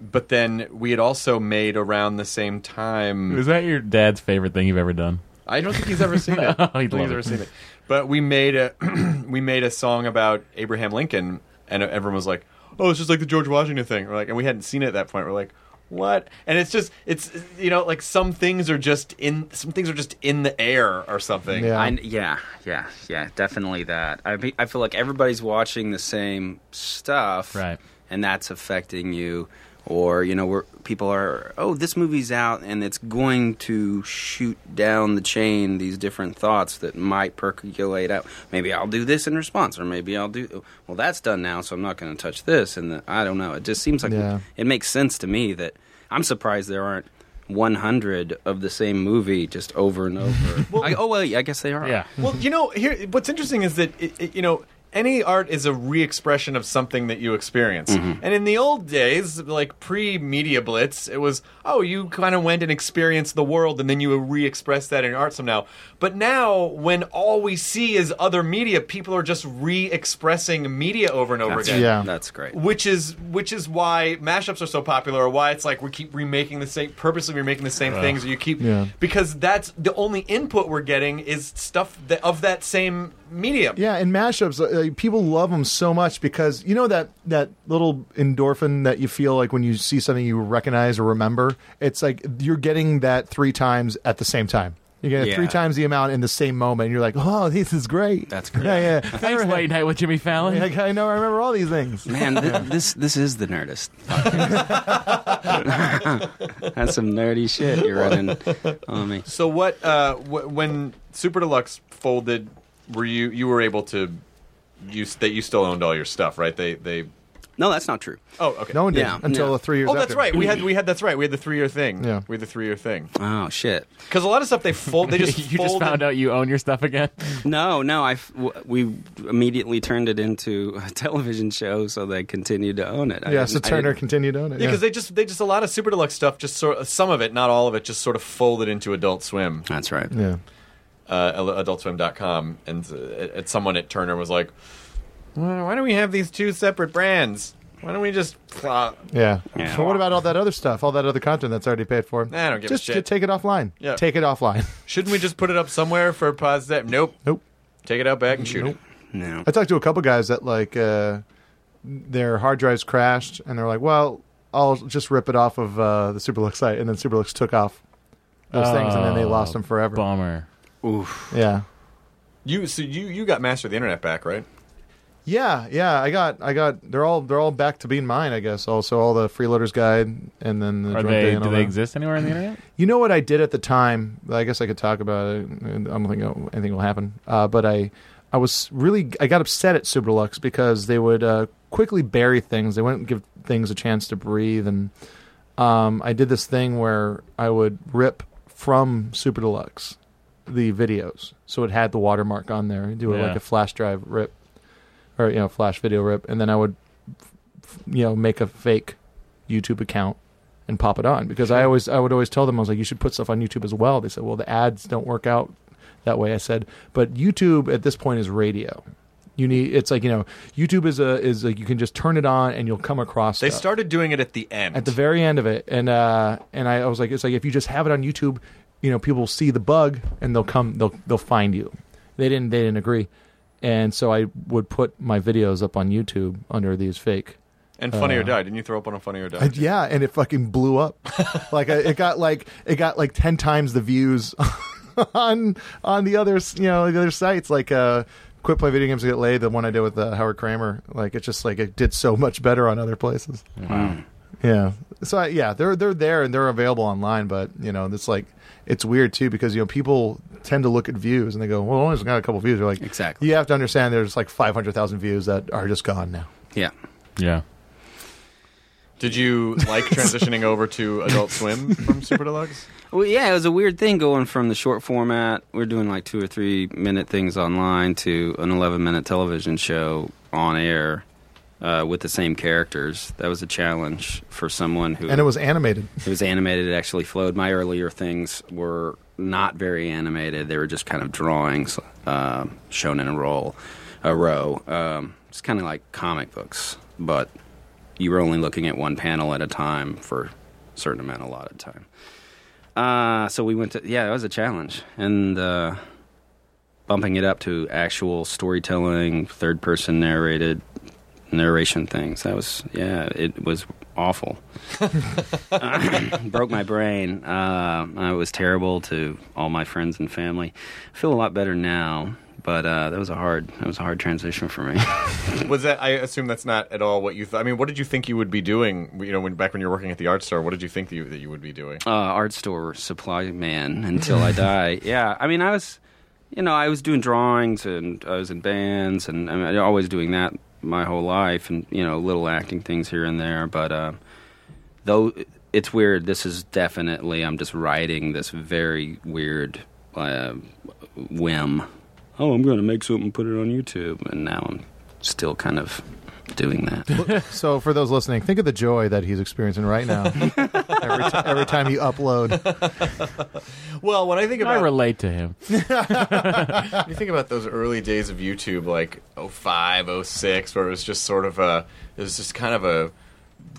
S2: but then we had also made around the same time.
S4: Was that your dad's favorite thing you've ever done?
S2: I don't think he's ever seen it. I don't think
S4: Oh, He'd
S2: he's
S4: love
S2: ever
S4: it.
S2: seen it. But we made a we made a song about Abraham Lincoln, and everyone was like, "Oh, it's just like the George Washington thing." We're like, and we hadn't seen it at that point. We're like, what? And it's just it's you know like some things are just in some things are just in the air or something.
S7: Yeah.
S6: I, yeah, yeah, yeah, definitely that. I be- I feel like everybody's watching the same stuff,
S4: Right.
S6: And that's affecting you, or you know, where people are. Oh, this movie's out, and it's going to shoot down the chain these different thoughts that might percolate out. Maybe I'll do this in response, or maybe I'll do. Well, that's done now, so I'm not going to touch this. And the, I don't know. It just seems like
S7: Yeah.
S6: it makes sense to me that I'm surprised there aren't 100 of the same movie just over and over. I, oh well, yeah, I guess they are.
S4: Yeah.
S2: Well, you know, here what's interesting is that it, it, you know any art is a re-expression of something that you experience.
S6: Mm-hmm.
S2: And in the old days, like pre-media blitz, it was oh you kind of went and experienced the world, and then you would re-express that in art somehow. But now, when all we see is other media, people are just re-expressing media over and over
S6: That's,
S2: again.
S7: Yeah.
S6: that's great.
S2: Which is which is why mashups are so popular, or why it's like we keep remaking the same, purposely remaking the same things. Or you keep
S7: Yeah.
S2: because that's the only input we're getting is stuff that, of that same medium.
S7: Yeah, and mashups, uh, uh, people love them so much because you know that that little endorphin that you feel like when you see something you recognize or remember. It's like you're getting that three times at the same time. You get it three
S6: Yeah.
S7: times the amount in the same moment. And you're like, oh, this is great.
S6: That's great.
S7: Yeah, yeah.
S4: Thanks, late night with Jimmy Fallon.
S7: Like, I know. I remember all these things.
S6: Man, th- this this is the nerdist. podcast. that's some nerdy shit you're running on me.
S2: So what? Uh, wh- when Super Deluxe folded, were you you were able to use that? You still owned all your stuff, right? They they.
S6: No, that's not true.
S2: Oh, okay.
S7: No one did
S6: Yeah,
S7: until
S6: yeah.
S7: the three years.
S2: Oh, that's
S7: after.
S2: right. We had we had that's right. We had the three year thing.
S7: Yeah.
S2: we had the three year thing.
S6: Oh shit.
S2: Because a lot of stuff they fold. They just
S4: you just
S2: folded-
S4: found out you own your stuff again.
S6: No, no. I f- w- we immediately turned it into a television show, so they continued to own it. I
S7: Yeah,
S6: didn't-
S7: so
S6: I
S7: Turner
S6: didn't-
S7: continued on it.
S2: Yeah, because they just they just a lot of super deluxe stuff. Just sort some of it, not all of it, just sort of folded into Adult Swim,
S6: That's right.
S7: yeah.
S2: uh, AdultSwim.com, and uh, at- someone at Turner was like, "Why why don't we have these two separate brands? Why don't we just?" Uh,
S7: Yeah.
S6: Yeah.
S7: So what about all that other stuff? All that other content that's already paid for?
S2: Nah, I don't give a
S7: just,
S2: shit.
S7: Just take it offline.
S2: Yeah.
S7: Take it offline.
S2: shouldn't we just put it up somewhere for pause? That nope,
S7: nope.
S2: take it out back and shoot it.
S6: No.
S7: I talked to a couple guys that like uh, their hard drives crashed, and they're like, "Well, I'll just rip it off of uh, the Superlux site," and then Superlux took off those things, and then they lost
S4: Oh,
S7: them forever.
S4: Bummer.
S7: Yeah,
S2: You so you you got master of the internet back, right?
S7: yeah, yeah. I got, I got. They're all, they're all back to being mine, I guess. Also, all the Freeloaders Guide, and then the
S4: Are
S7: Drunk
S4: they?
S7: Day and
S4: Do
S7: all
S4: they
S7: that.
S4: exist anywhere on the internet?
S7: You know what I did at the time? I guess I could talk about it. I don't think it'll- anything will happen. Uh, but I, I was really I got upset at Superlux because they would uh, quickly bury things. They wouldn't give things a chance to breathe, and um, I did this thing where I would rip from Super Deluxe the videos, so it had the watermark on there. and Do it
S4: Yeah.
S7: like a flash drive rip, or you know, flash video rip, and then I would, f- f- you know, make a fake YouTube account and pop it on because I always I would always tell them I was like you should put stuff on YouTube as well. They said, "Well, the ads don't work out that way." I said, "But YouTube at this point is radio. You need it's like, you know, YouTube is a is like you can just turn it on and you'll come across
S2: They
S7: stuff."
S2: started doing it at the end.
S7: at the very end of it and uh and I, I was like it's like if you just have it on youtube you know people will see the bug and they'll come they'll they'll find you they didn't they didn't agree and so i would put my videos up on youtube under these fake
S2: and Funny or Die. Didn't you throw up on a Funny or Die?
S7: Uh, yeah and it fucking blew up like I, it got like it got like 10 times the views on on the other s- you know the other sites like uh quit play video games to get laid the one i did with uh, howard kramer like it's just like it did so much better on other places yeah. So I, yeah, they're they're there and they're available online, but you know, it's like it's weird too because you know people tend to look at views and they go, "Well, I only got a couple views." You're like,
S6: Exactly.
S7: You have to understand there's like 500,000 views that are just gone now.
S6: Yeah.
S4: Yeah.
S2: Did you like transitioning over to Adult Swim from Super Deluxe?
S6: Well, yeah, it was a weird thing going from the short format. We're doing like two or three minute things online to an 11 minute television show on air uh, with the same characters. That was a challenge for someone who
S7: And it was animated.
S6: it was animated. It actually flowed. My earlier things were not very animated. They were just kind of drawings uh, shown in a roll, a row. Um, it's kind of like comic books, but you were only looking at one panel at a time for a certain amount, a lot of time. Uh, so we went to yeah, that was a challenge, and uh, bumping it up to actual storytelling, third person narrated narration things. That was yeah, it was awful. Broke my brain. Uh, I was terrible to all my friends and family. I feel a lot better now, but uh, that was a hard that was a hard transition for me.
S2: Was that? I assume that's not at all what you. Th- I mean, what did you think you would be doing? You know, when back when you were working at the art store, what did you think that you, that you would be doing?
S6: uh, art store supply man until I die. Yeah, I mean, I was, you know, I was doing drawings and I was in bands and I mean, I was always doing that my whole life and you know little acting things here and there. But uh, though it's weird, this is definitely I'm just riding this very weird uh, whim. Oh, I'm going to make something, put it on YouTube, and now I'm still kind of doing that.
S7: So for those listening, think of the joy that he's experiencing right now. every, t- every time you upload,
S2: Well, when I think
S4: I
S2: about
S4: relate to him.
S2: when you think about those early days of YouTube, like 05, 06, where it was just sort of a, it was just kind of a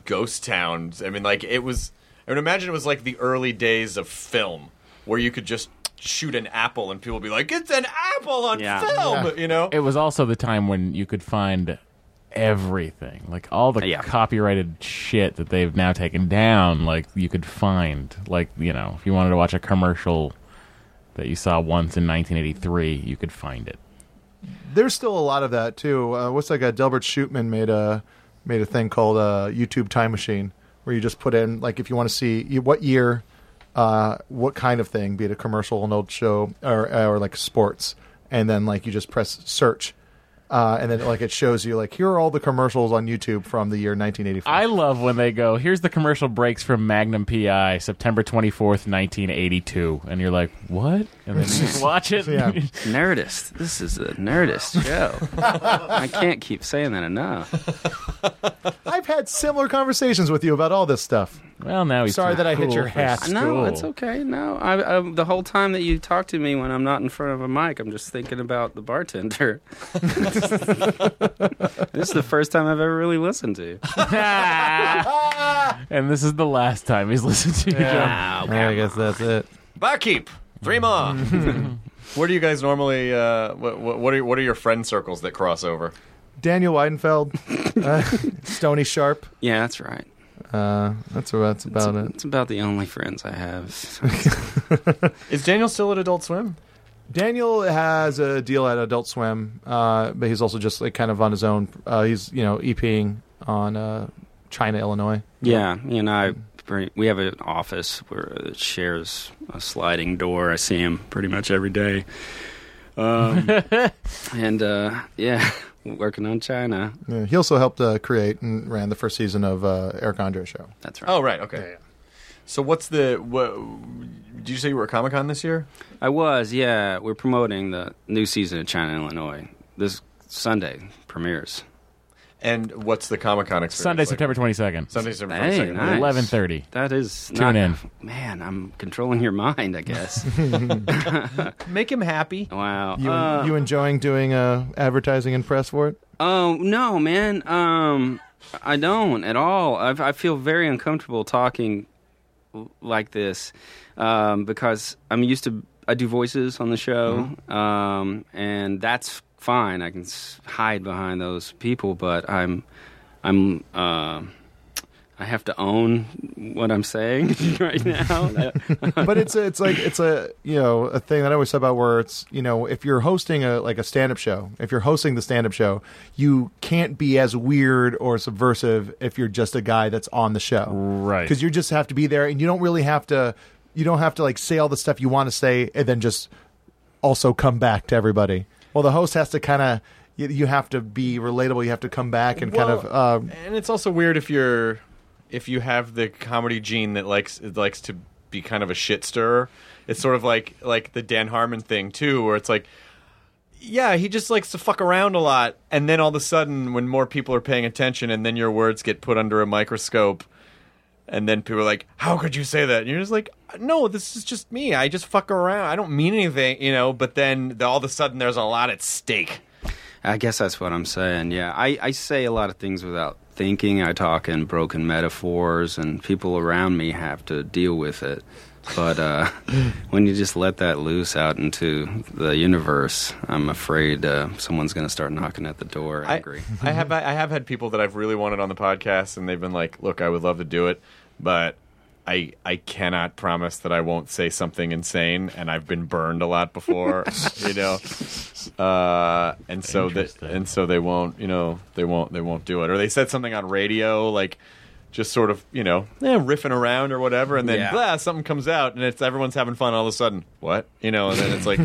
S2: ghost town. I mean, like it was. I mean, imagine it was like the early days of film, where you could just shoot an apple and people would be like, "It's an apple on
S6: Yeah.
S2: film," you know.
S4: It was also the time when you could find everything, like all the
S6: Yeah.
S4: copyrighted shit that they've now taken down. Like you could find, like you know, if you wanted to watch a commercial that you saw once in 1983, you could find it.
S7: there's still a lot of that too. Uh, what's that guy? Delbert Shootman made a made a thing called uh, YouTube Time Machine, where you just put in like if you want to see you- what year, uh, what kind of thing, be it a commercial, an old show, or or like sports, and then like you just press search. Uh, and then, like, it shows you, like, here are all the commercials on YouTube from the year 1985.
S4: I love when they go, here's the commercial breaks from Magnum PI, September 24th, 1982. And you're like, what? And then you just watch it.
S7: yeah.
S6: Nerdist. This is a Nerdist show. I can't keep saying that enough.
S7: I've had similar conversations with you about all this stuff.
S4: well, now he's
S7: Sorry
S4: too
S7: that I hit
S4: cool
S7: your
S4: for
S7: hat.
S4: school.
S6: No, it's okay. No, I, I, the whole time that you talk to me when I'm not in front of a mic, I'm just thinking about the bartender. this is the first time I've ever really listened to you.
S4: and this is the last time he's listened to you, John.
S7: I guess that's it.
S2: Barkeep, three more. Where do you guys normally? Uh, what, what are what are your friend circles that cross over?
S7: Daniel Weidenfeld, uh, Stony Sharp.
S6: Yeah, that's right.
S7: Uh, that's that's about it.
S6: It's about the only friends I have.
S2: Is Daniel still at Adult Swim?
S7: Daniel has a deal at Adult Swim, uh, but he's also just like kind of on his own. Uh, he's you know EPing on uh, China, Illinois.
S6: Yeah, you know, I pretty, we have an office where it shares a sliding door. I see him pretty much every day. Um, and uh, yeah, working on China.
S7: Yeah, he also helped uh, create and ran the first season of uh, Eric Andre Show.
S6: That's right.
S2: Oh right, okay. So what's the? What, did you say you were at Comic Con this year?
S6: I was, yeah. We're promoting the new season of China, Illinois. This Sunday premieres.
S2: And what's the Comic Con experience?
S4: Sunday,
S2: like?
S4: September 22nd.
S2: Sunday, September
S6: Hey,
S2: 22nd.
S6: nice.
S4: 11:30.
S6: That is
S4: Tune
S6: not,
S4: in.
S6: Man, I'm controlling your mind, I guess.
S2: Make him happy.
S6: wow.
S7: You
S6: Uh,
S7: you enjoying doing uh, advertising and press for it?
S6: Oh no, man. Um, I don't at all. I, I feel very uncomfortable talking l- like this um, because I'm used to. I do voices on the show, um, and that's fine. I can s- hide behind those people, but I'm, I'm. Uh, I have to own what I'm saying right now.
S7: but it's a, it's like it's a you know a thing that I always say about where it's you know if you're hosting a like a stand up show, if you're hosting the stand up show, you can't be as weird or subversive if you're just a guy that's on the show,
S4: Right.
S7: Because you just have to be there, and you don't really have to you don't have to like say all the stuff you want to say, and then just also come back to everybody. Well, the host has to kind of. You, you have to be relatable. You have to come back and kind
S2: Well,
S7: of. Um,
S2: and it's also weird if you're if you have the comedy gene that likes it likes to be kind of a shit stirrer. It's sort of like like the Dan Harmon thing too, where it's like, yeah, he just likes to fuck around a lot, and then all of a sudden, when more people are paying attention, and then your words get put under a microscope, and then people are like, "How could you say that?" And you're just like, "No, this is just me. I just fuck around. I don't mean anything, you know." But then the, all of a sudden, there's a lot at stake.
S6: I guess that's what I'm saying. Yeah, I, I say a lot of things without thinking. I talk in broken metaphors, and people around me have to deal with it. But uh, when you just let that loose out into the universe, I'm afraid uh, someone's going to start knocking at the door
S2: I-
S6: angry.
S2: I have I have had people that I've really wanted on the podcast, and they've been like, "Look, I would love to do it, but I I cannot promise that I won't say something insane." And I've been burned a lot before, you know. Uh, and so that
S4: Interesting.
S2: and so they won't, you know, they won't they won't do it, or they said something on radio like. Just sort of, you know, eh, riffing around or whatever, and then
S6: Yeah.
S2: blah, something comes out, and it's everyone's having fun all of a sudden. What, you know? And then it's like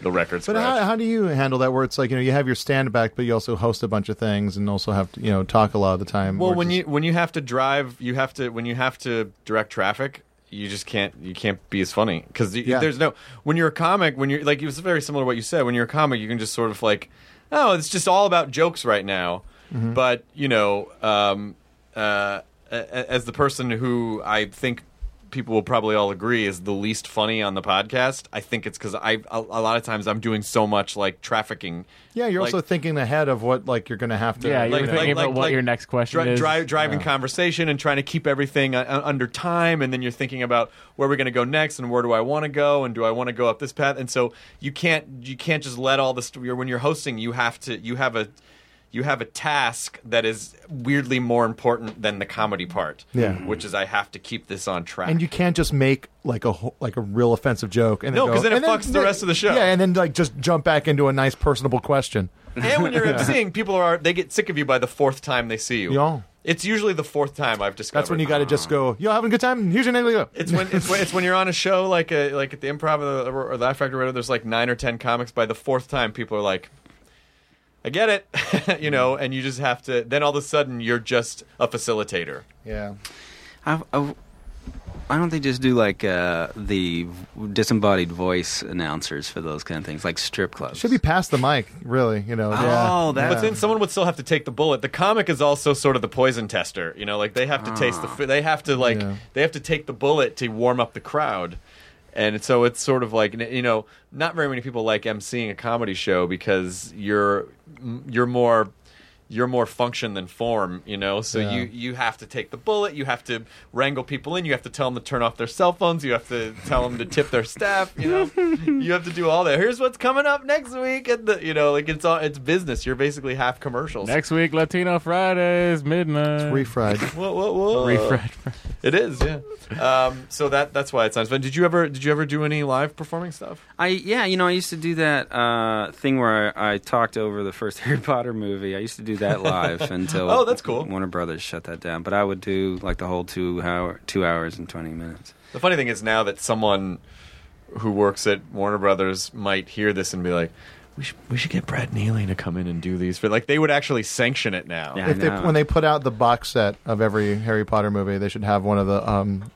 S2: the records.
S7: But how,
S2: scratch.
S7: how do you handle that? Where it's like you know you have your stand back, but you also host a bunch of things and also have to you know talk a lot of the time.
S2: Well,
S7: or
S2: when
S7: just-
S2: you when you have to drive, you have to when you have to direct traffic, you just can't you can't be as funny because
S7: Yeah.
S2: there's no when you're a comic when you're like it was very similar to what you said when you're a comic you can just sort of like oh it's just all about jokes right now,
S7: Mm-hmm.
S2: but you know um, uh, a- a- as the person who I think people will probably all agree is the least funny on the podcast I think it's because I a, a lot of times I'm doing so much like trafficking
S7: yeah, you're
S2: like-
S7: also thinking ahead of what like you're going to have to.
S4: Yeah,
S7: you
S4: you're
S7: know.
S4: thinking about what your next question
S2: dri-
S4: is.
S2: dri- driving conversation and trying to keep everything uh, uh, under time, and then you're thinking about where we're going to go next and where do I want to go and do I want to go up this path, and so you can't you can't just let all this. You're, when you're hosting, you have to you have a you have a task that is weirdly more important than the comedy part,
S7: Yeah.
S2: which is I have to keep this on track.
S7: and you can't just make like a ho- like a real offensive joke and then
S2: No,
S7: go-
S2: 'cause then it
S7: and
S2: fucks the rest of the show.
S7: Yeah, and then like just jump back into a nice personable question.
S2: and when you're emceeing, people are they get sick of you by the fourth time they see you.
S7: Yeah.
S2: It's usually the fourth time I've discovered.
S7: That's when you got to just go. Y'all having a good time? Here's your name. Go.
S2: It's when it's when, it's when you're on a show like a, like at the Improv or the, or the Laugh Factory. or whatever, There's like nine or ten comics. By the fourth time, people are like, "I get it," you know, and you just have to. Then all of a sudden, you're just a facilitator.
S7: yeah.
S6: I, I, why don't they just do like uh, the disembodied voice announcers for those kind of things, like strip clubs?
S7: Should be past the mic, really. You know.
S6: Oh,
S7: yeah.
S6: that-
S2: But then someone would still have to take the bullet. The comic is also sort of the poison tester, you know, like they have to taste the fi- they have to like
S7: Ah. Yeah.
S2: they have to take the bullet to warm up the crowd. And so it's sort of like you know, not very many people like emceeing a comedy show because you're you're more you're more function than form, you know. So
S7: Yeah.
S2: you you have to take the bullet, you have to wrangle people in, you have to tell them to turn off their cell phones, you have to tell them to tip their staff, you know. you have to do all that. Here's what's coming up next week at the you know, like it's all it's business. You're basically half commercials.
S4: Next week, Latino Fridays, midnight.
S7: refried.
S2: Whoa, whoa, whoa.
S4: Refresh.
S2: It is, yeah. Um, so that that's why it sounds fun. Did you ever did you ever do any live performing stuff?
S6: I yeah, you know, I used to do that uh, thing where I, I talked over the first Harry Potter movie. I used to do that live until
S2: Oh, that's cool.
S6: Warner Brothers shut that down. But I would do like the whole two hour, two hours and twenty minutes.
S2: The funny thing is now that someone who works at Warner Brothers might hear this and be like, "We should we should get Brad Neely to come in and do these." But like they would actually sanction it now.
S6: Yeah.
S7: If they,
S6: I know.
S7: when they put out the box set of every Harry Potter movie, they should have one of the um,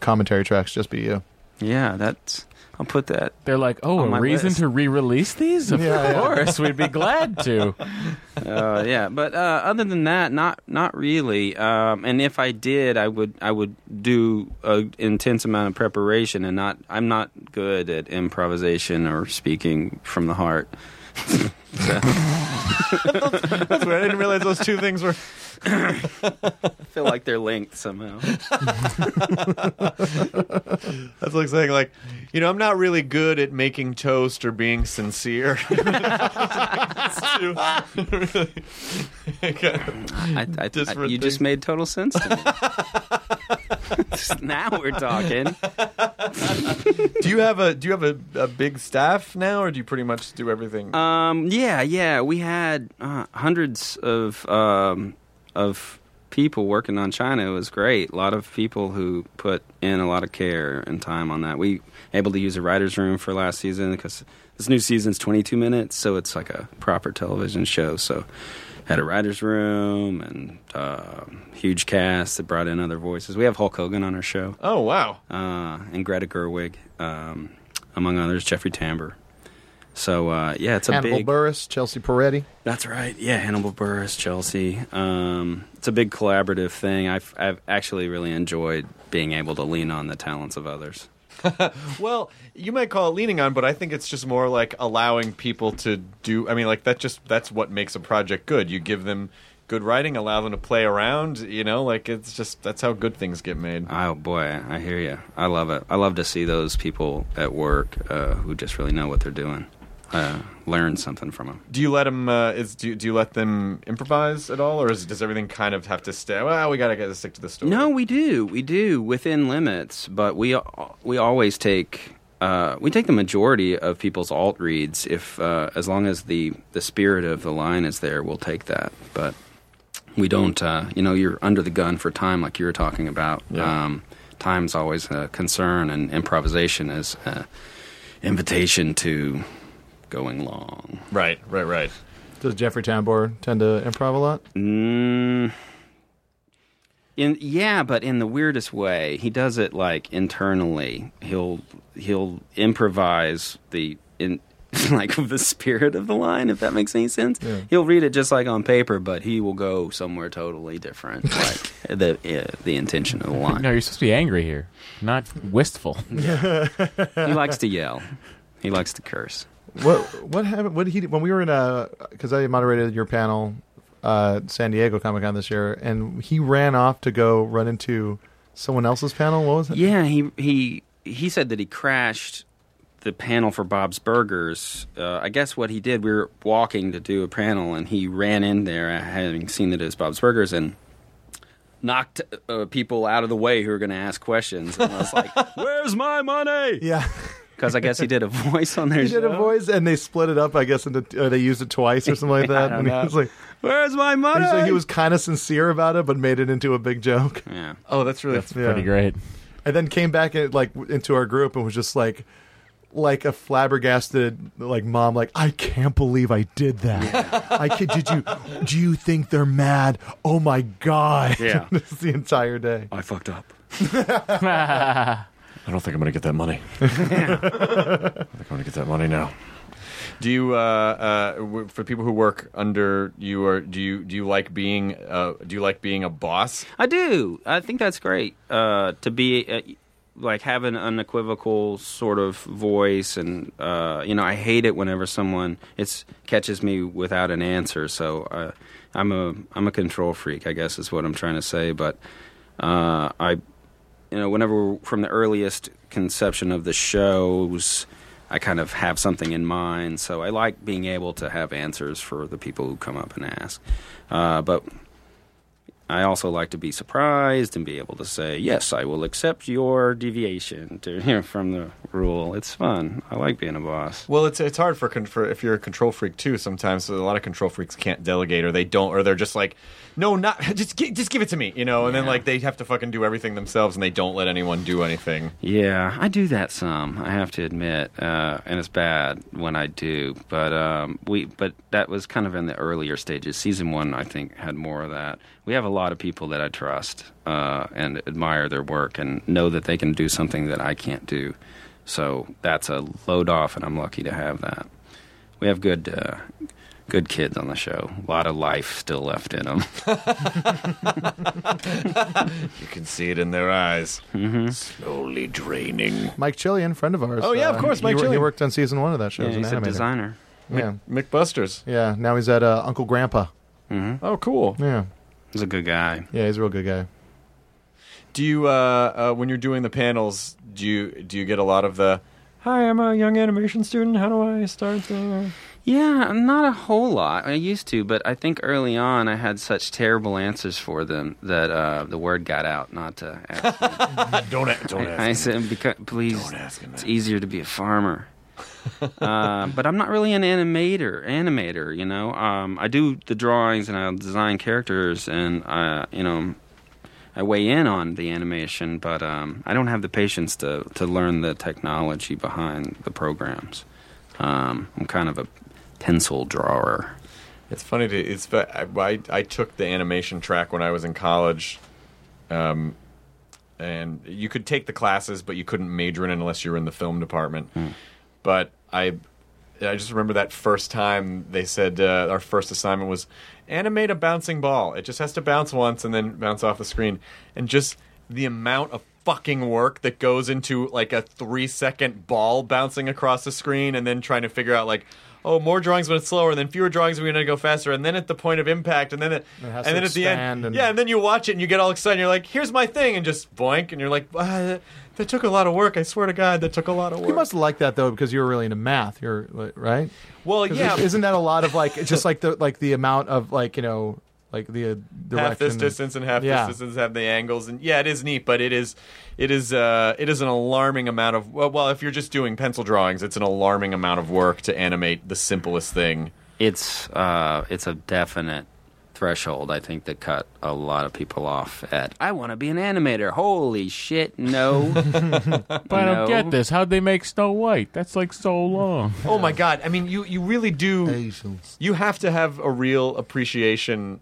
S7: commentary tracks just be you.
S6: Yeah, that's. I'll put that.
S4: They're like, oh,
S6: On
S4: a
S6: my
S4: reason
S6: list.
S4: to re-release these? Of
S7: Yeah, yeah.
S4: course, we'd be glad to.
S6: Uh, yeah, but uh, other than that, not not really. Um, and if I did, I would I would do an intense amount of preparation, and not. I'm not good at improvisation or speaking from the heart.
S2: That's weird. I didn't realize those two things were.
S6: I feel like they're linked somehow.
S2: That's like saying like, you know, I'm not really good at making toast or being sincere. It's too- really-
S6: I, I, I,
S2: Different
S6: you just
S2: things.
S6: made total sense to me. Just now we're talking.
S2: do you have a do you have a, a big staff now, or do you pretty much do everything?
S6: Um, yeah, yeah. We had uh, hundreds of um, of people working on China. It was great. A lot of people who put in a lot of care and time on that. We able to use a writers' room for last season because this new season's 22 minutes, so it's like a proper television show. So had a writers' room and uh, huge cast that brought in other voices. We have Hulk Hogan on our show.
S2: oh wow,
S6: uh, and Greta Gerwig, um, among others, Jeffrey Tambor. So uh, yeah, it's a
S7: Hannibal
S6: big.
S7: Burris, Chelsea Peretti.
S6: that's right. Yeah, Hannibal Burris, Chelsea. Um, it's a big collaborative thing. I've I've actually really enjoyed being able to lean on the talents of others.
S2: Well, you might call it leaning on, but I think it's just more like allowing people to do. I mean, like that just that's what makes a project good. You give them good writing, allow them to play around. You know, like it's just that's how good things get made.
S6: Oh boy, I hear you. I love it. I love to see those people at work uh, who just really know what they're doing. Uh, learn something from them.
S2: Do you let them? Uh, is do do you let them improvise at all, or is, does everything kind of have to stay? Well, we gotta get stick to the story.
S6: No, we do. We do within limits, but we al- we always take uh, we take the majority of people's alt reads if uh, as long as the the spirit of the line is there, we'll take that. But we don't. Uh, you know, you're under the gun for time, like you were talking about.
S2: Yeah.
S6: Um, time's always a concern, and improvisation is an invitation to going long.
S2: right, right, right.
S7: Does Jeffrey Tambor tend to improv a lot?
S6: Mm, in yeah, but in the weirdest way, he does it like internally. He'll he'll improvise the in like the spirit of the line, if that makes any sense. He'll read it just like on paper, but he will go somewhere totally different, like the uh, the intention of the line.
S4: No, you're supposed to be angry here, not wistful.
S6: He likes to yell. He likes to curse.
S7: what what happened? What did he do- when we were in a because I moderated your panel, uh, San Diego Comic Con this year, and he ran off to go run into someone else's panel. What was it?
S6: Yeah, he he he said that he crashed the panel for Bob's Burgers. Uh, I guess what he did, we were walking to do a panel, and he ran in there, uh, having seen that it was Bob's Burgers, and knocked uh, people out of the way who were going to ask questions. And I was like, "Where's my money?"
S7: Yeah,
S6: Because I guess he did a voice on there.
S7: he did a voice, and they split it up. I guess into uh, they used it twice or something like that. and he was like,
S6: Where's my money?
S7: he was, like- he was kind of sincere about it, but made it into a big joke.
S6: yeah.
S2: Oh, that's really
S4: That's pretty great.
S7: and then came back in, like w- into our group and was just like like a flabbergasted like mom like i can't believe i did that i can did you do you think they're mad oh my god
S6: Yeah.
S7: this is the entire day
S6: I fucked up.
S2: I don't think I'm gonna get that money. I think I'm gonna get that money now. Do you, uh, uh, w- for people who work under you, or do you do you like being uh, do you like being a boss?
S6: I do. I think that's great uh, to be uh, like have an unequivocal sort of voice, and uh, you know, I hate it whenever someone it's catches me without an answer. So uh, I'm a I'm a control freak, I guess is what I'm trying to say. But uh, I, you know, whenever from the earliest conception of the shows. I kind of have something in mind, so I like being able to have answers for the people who come up and ask. Uh, but I also like to be surprised and be able to say, "Yes, I will accept your deviation to, from the rule." It's fun. I like being a boss.
S2: Well, it's it's hard for, con- for if you're a control freak too. Sometimes so a lot of control freaks can't delegate, or they don't, or they're just like, no, not just gi- just give it to me, you know. And then like they have to fucking do everything themselves, and they don't let anyone do anything.
S6: Yeah, I do that some. I have to admit, uh, and it's bad when I do. But um, we, but that was kind of in the earlier stages. Season one, I think, had more of that. We have a lot of people that I trust uh, and admire their work and know that they can do something that I can't do. So that's a load off, and I'm lucky to have that. We have good, uh, good kids on the show. A lot of life still left in them.
S2: You can see it in their eyes, slowly draining.
S7: mike chillian friend of ours uh,
S2: Oh, yeah, of course,
S7: he
S2: Mike
S7: wor- he,
S2: Chillian.
S7: worked on season one of that show as an
S6: he's a
S7: animator
S6: designer.
S7: yeah
S2: McBusters.
S7: yeah now he's at uh, uncle grandpa
S2: Oh, cool.
S7: yeah
S6: He's a good guy.
S7: yeah he's a real good guy
S2: Do you, uh, uh, when you're doing the panels, do you do you get a lot of the? Hi, I'm a young animation student. How do I start the?
S6: Yeah, not a whole lot. I used to, but I think early on I had such terrible answers for them that uh, the word got out not uh, to ask. them.
S2: Don't a- don't ask.
S6: I said, because, please,
S2: Don't ask him
S6: it's
S2: that.
S6: easier to be a farmer. uh, but I'm not really an animator. Animator, you know. Um, I do the drawings and I design characters, and I, you know, I weigh in on the animation, but um, I don't have the patience to to learn the technology behind the programs. Um, I'm kind of a pencil drawer.
S2: It's funny to it's fa- I, I, I took the animation track when I was in college, um, and you could take the classes, but you couldn't major in it unless you were in the film department. But I I just remember that first time they said uh, our first assignment was animate a bouncing ball. It just has to bounce once and then bounce off the screen, and just the amount of fucking work that goes into like a three second ball bouncing across the screen and then trying to figure out like oh more drawings when it's slower and then fewer drawings when to go faster and then at the point of impact and then it,
S7: It
S2: and
S7: has to
S2: then at the
S7: expand
S2: end
S7: and-
S2: yeah and then you watch it and you get all excited and you're like here's my thing and just boink and you're like ah, that, that took a lot of work I swear to God that took a lot of work
S7: You must like that though, because you were really into math. You're like, right.
S2: well
S7: 'Cause
S2: yeah
S7: Isn't that a lot of like just like the like the amount of like you know like the uh, direction
S2: half this distance and half
S7: Yeah.
S2: this distance have the angles and yeah it is neat but it is it is uh it is an alarming amount of well, well if you're just doing pencil drawings it's an alarming amount of work to animate the simplest thing
S6: It's uh, it's a definite threshold. I think that cut a lot of people off at. I want to be an animator. Holy shit! No,
S4: But I
S6: No.
S4: don't get this. How'd they make Snow White? That's like so long.
S2: oh my god i mean you you really do
S7: Asians.
S2: you have to have a real appreciation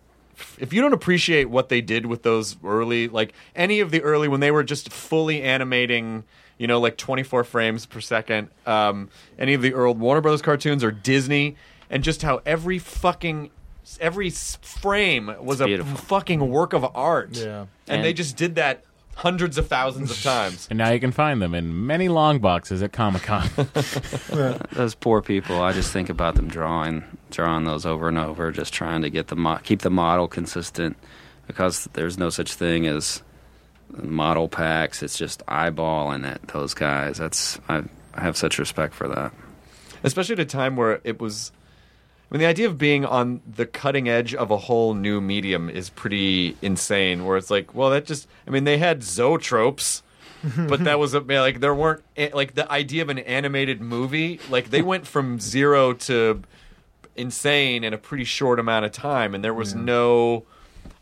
S2: if you don't appreciate what they did with those early like any of the early when they were just fully animating you know like 24 frames per second um, any of the old warner brothers cartoons or disney and just how every fucking every s- frame was
S6: It's
S2: a
S6: beautiful.
S2: fucking work of art
S7: Yeah.
S2: and, they
S6: And-
S2: just did that hundreds of thousands of times
S4: And now you can find them in many long boxes at Comic Con.
S6: those poor people. I just think about them drawing, drawing those over and over, just trying to get the mo- keep the model consistent, because there's no such thing as model packs. It's just eyeballing it. Those guys. That's I, I have such respect for that.
S2: especially at a time where it was I mean, the idea of being on the cutting edge of a whole new medium is pretty insane. Where it's like, well, that just—I mean, they had zoetropes, but that was a, like there weren't eh, like the idea of an animated movie. Like they went from zero to insane in a pretty short amount of time, and there was no,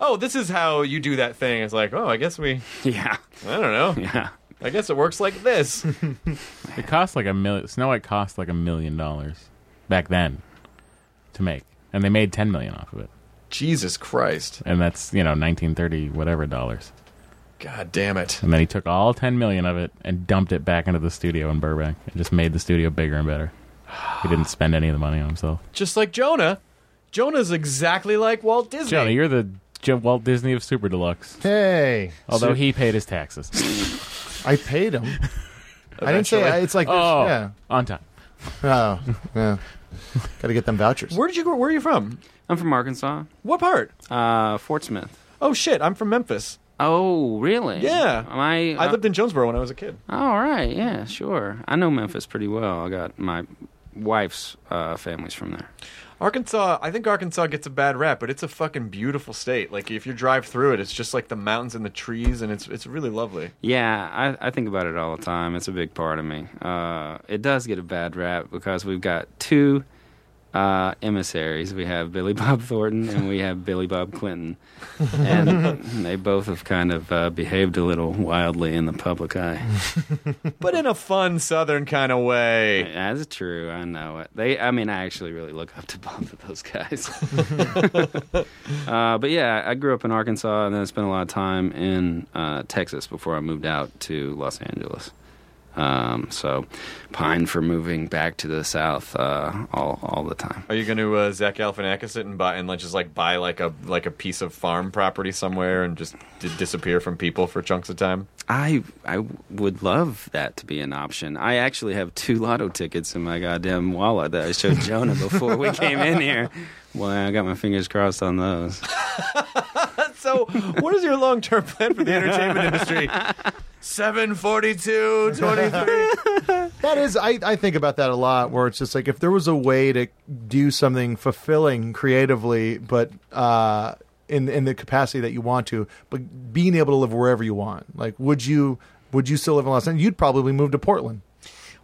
S2: oh, this is how you do that thing. It's like, oh, I guess we—I
S6: Yeah,
S2: don't know.
S6: yeah.
S2: I guess it works like this.
S4: It cost like a million. Snow White cost like a million dollars back then to make, and they made ten million off of it,
S2: Jesus Christ!
S4: and that's you know nineteen thirty whatever dollars.
S2: God damn it!
S4: And then he took all ten million of it and dumped it back into the studio in Burbank, and just made the studio bigger and better. He didn't spend any of the money on himself.
S2: just like Jonah. Jonah's exactly like Walt Disney.
S4: Jonah, you're the J- Walt Disney of Super Deluxe.
S7: Hey,
S4: Although he paid his taxes.
S7: I paid him. I didn't say I- it's like there's-
S4: Oh,
S7: yeah.
S4: on time.
S7: Oh, yeah. Got to get them vouchers.
S2: where did you grow? Where are you from?
S6: I'm from Arkansas,
S2: What part?
S6: uh, Fort Smith.
S2: Oh shit, I'm from Memphis.
S6: Oh, really? uh,
S2: Yeah,
S6: My,
S2: I lived in Jonesboro when I was a kid.
S6: All right. Yeah. Sure. I know Memphis pretty well. I got my wife's uh, family's from there.
S2: Arkansas. I think Arkansas gets a bad rap, but it's a fucking beautiful state. Like if you drive through it, it's just like the mountains and the trees, and it's it's really lovely.
S6: Yeah, I, I think about it all the time. It's a big part of me. Uh, it does get a bad rap because we've got two uh, emissaries. We have Billy Bob Thornton and we have Billy Bob Clinton, and they both have kind of uh, behaved a little wildly in the public eye.
S2: But in a fun Southern kind of way.
S6: That's true. I know it. They, I mean, I actually really look up to both of those guys. uh, but yeah, I grew up in Arkansas and then I spent a lot of time in uh, Texas before I moved out to Los Angeles. Um, so, pine for moving back to the South uh, all all the time.
S2: Are you going to uh, Zach Galifianakis it and buy and like, just like buy like a like a piece of farm property somewhere and just d- disappear from people for chunks of time?
S6: I I would love that to be an option. I actually have two lotto tickets in my goddamn wallet that I showed Jonah before we came in here. Well, I got my fingers crossed on those.
S2: So, what is your long term plan for the entertainment industry? 742, 23.
S7: That is, I, I think about that a lot. Where it's just like if there was a way to do something fulfilling creatively, but uh, in in the capacity that you want to, but being able to live wherever you want. Like, would you would you still live in Los Angeles? You'd probably move to Portland.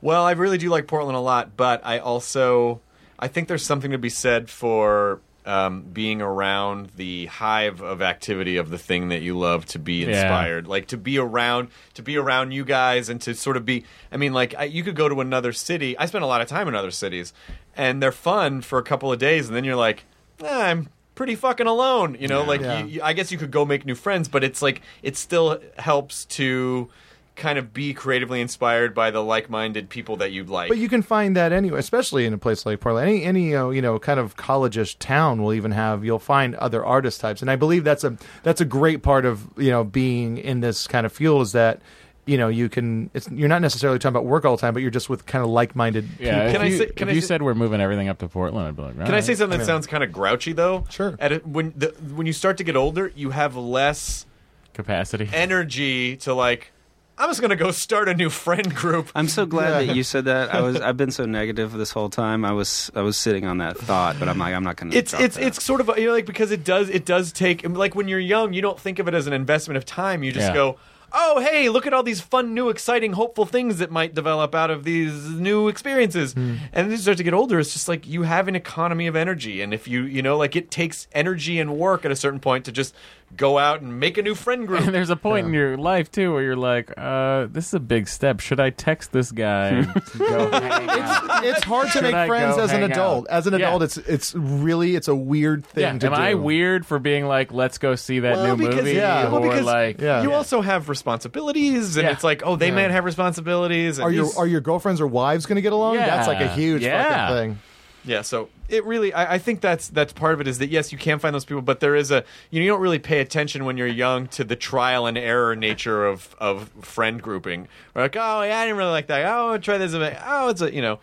S2: Well, I really do like Portland a lot, but I also I think there's something to be said for um, being around the hive of activity of the thing that you love to be inspired. Like to be around to be around you guys and to sort of be. I mean, like I, you could go to another city. I spent a lot of time in other cities, and they're fun for a couple of days, and then you're like, "Eh, I'm pretty fucking alone. You know, like
S7: Yeah.
S2: You, you, I guess you could go make new friends, but it's like it still helps to kind of be creatively inspired by the like-minded people that you like.
S7: But you can find that anyway, especially in a place like Portland. Any any uh, you know kind of collegeish town will even have you'll find other artist types, and I believe that's a that's a great part of you know being in this kind of field is that you know, you can. It's you're not necessarily talking about work all the time, but you're just with kind of like-minded.
S4: Yeah,
S2: Can
S4: if
S2: I
S4: you,
S2: say- can
S4: if
S2: I
S4: you
S2: say-
S4: said we're moving everything up to Portland, I'd be like,
S2: Can I say something that sounds kind of grouchy though?
S7: Sure.
S2: At a, when the, when you start to get older, you have less
S4: capacity?
S2: energy to like. I'm just gonna go start a new friend group.
S6: I'm so glad that you said that. I was I've been so negative this whole time. I was I was sitting on that thought, but I'm like I'm not going to.
S2: it's it's it's sort of you know like because it does it does take like when you're young you don't think of it as an investment of time you just
S4: Yeah.
S2: go oh hey look at all these fun new exciting hopeful things that might develop out of these new experiences
S4: Hmm.
S2: and then you start to get older it's just like you have an economy of energy and if you you know like it takes energy and work at a certain point to just go out and make a new friend group
S4: And there's a point in your life too where you're like, uh, "This is a big step. Should I text this guy?" and go hang out?
S7: It's hard to
S4: Should
S7: make
S4: I
S7: friends
S4: go
S7: as an
S4: hang
S7: adult.
S4: out?
S7: As an
S4: Yeah.
S7: adult, it's it's really it's a weird thing
S4: yeah.
S7: to
S4: Am
S7: do.
S4: I weird for being like, "Let's go see that
S2: Well,
S4: new
S2: because-
S4: movie"?
S7: yeah.
S2: well,
S4: or
S2: because
S4: like,
S7: Yeah.
S2: you also have responsibilities and
S4: Yeah.
S2: it's like oh they might have responsibilities and
S7: Are your
S2: these-
S7: are your girlfriends or wives going to get along? That's like a
S4: Yeah.
S7: huge
S4: Yeah.
S7: fucking thing.
S2: Yeah, so it really, I, I think that's that's part of it is that yes, you can find those people, but there is a you, know, you don't really pay attention when you're young to the trial and error nature of of friend grouping. We're like, oh yeah, I didn't really like that. Oh, I'll try this. event. Oh, it's a you know,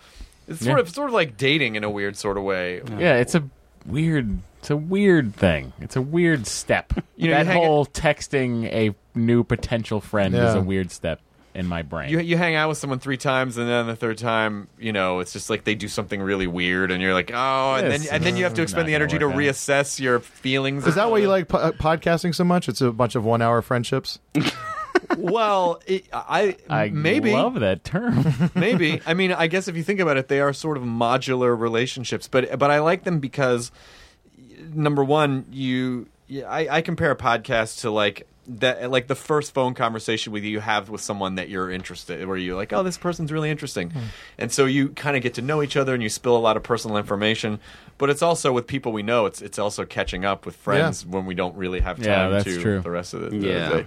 S2: it's sort
S4: Yeah.
S2: of sort of like dating in a weird sort of way.
S4: yeah, it's a weird, it's a weird thing. It's a weird step.
S2: You know, you
S4: that
S2: hang-
S4: whole texting a new potential friend is
S7: Yeah.
S4: a weird step in my brain.
S2: You you hang out with someone three times, and then the third time, you know, it's just like they do something really weird, and you're like, oh, and
S4: This
S2: then and then you have to
S4: is
S2: expend the
S4: not gonna
S2: energy to
S4: work out.
S2: reassess your feelings.
S7: Is that why you like po- uh, podcasting so much? It's a bunch of one hour friendships.
S2: Well, it, I,
S4: I
S2: maybe
S4: love that term.
S2: Maybe. I mean, I guess if you think about it, they are sort of modular relationships. But but I like them because number one, you yeah, I, I compare a podcast to like that like the first phone conversation with you have with someone that you're interested where you're like oh this person's really interesting
S4: Hmm.
S2: and so you kind of get to know each other and you spill a lot of personal information but it's also with people we know it's it's also catching up with friends when we don't really have time
S4: Yeah, that's
S2: to
S4: true.
S2: the rest of the, the
S6: Yeah.
S2: day.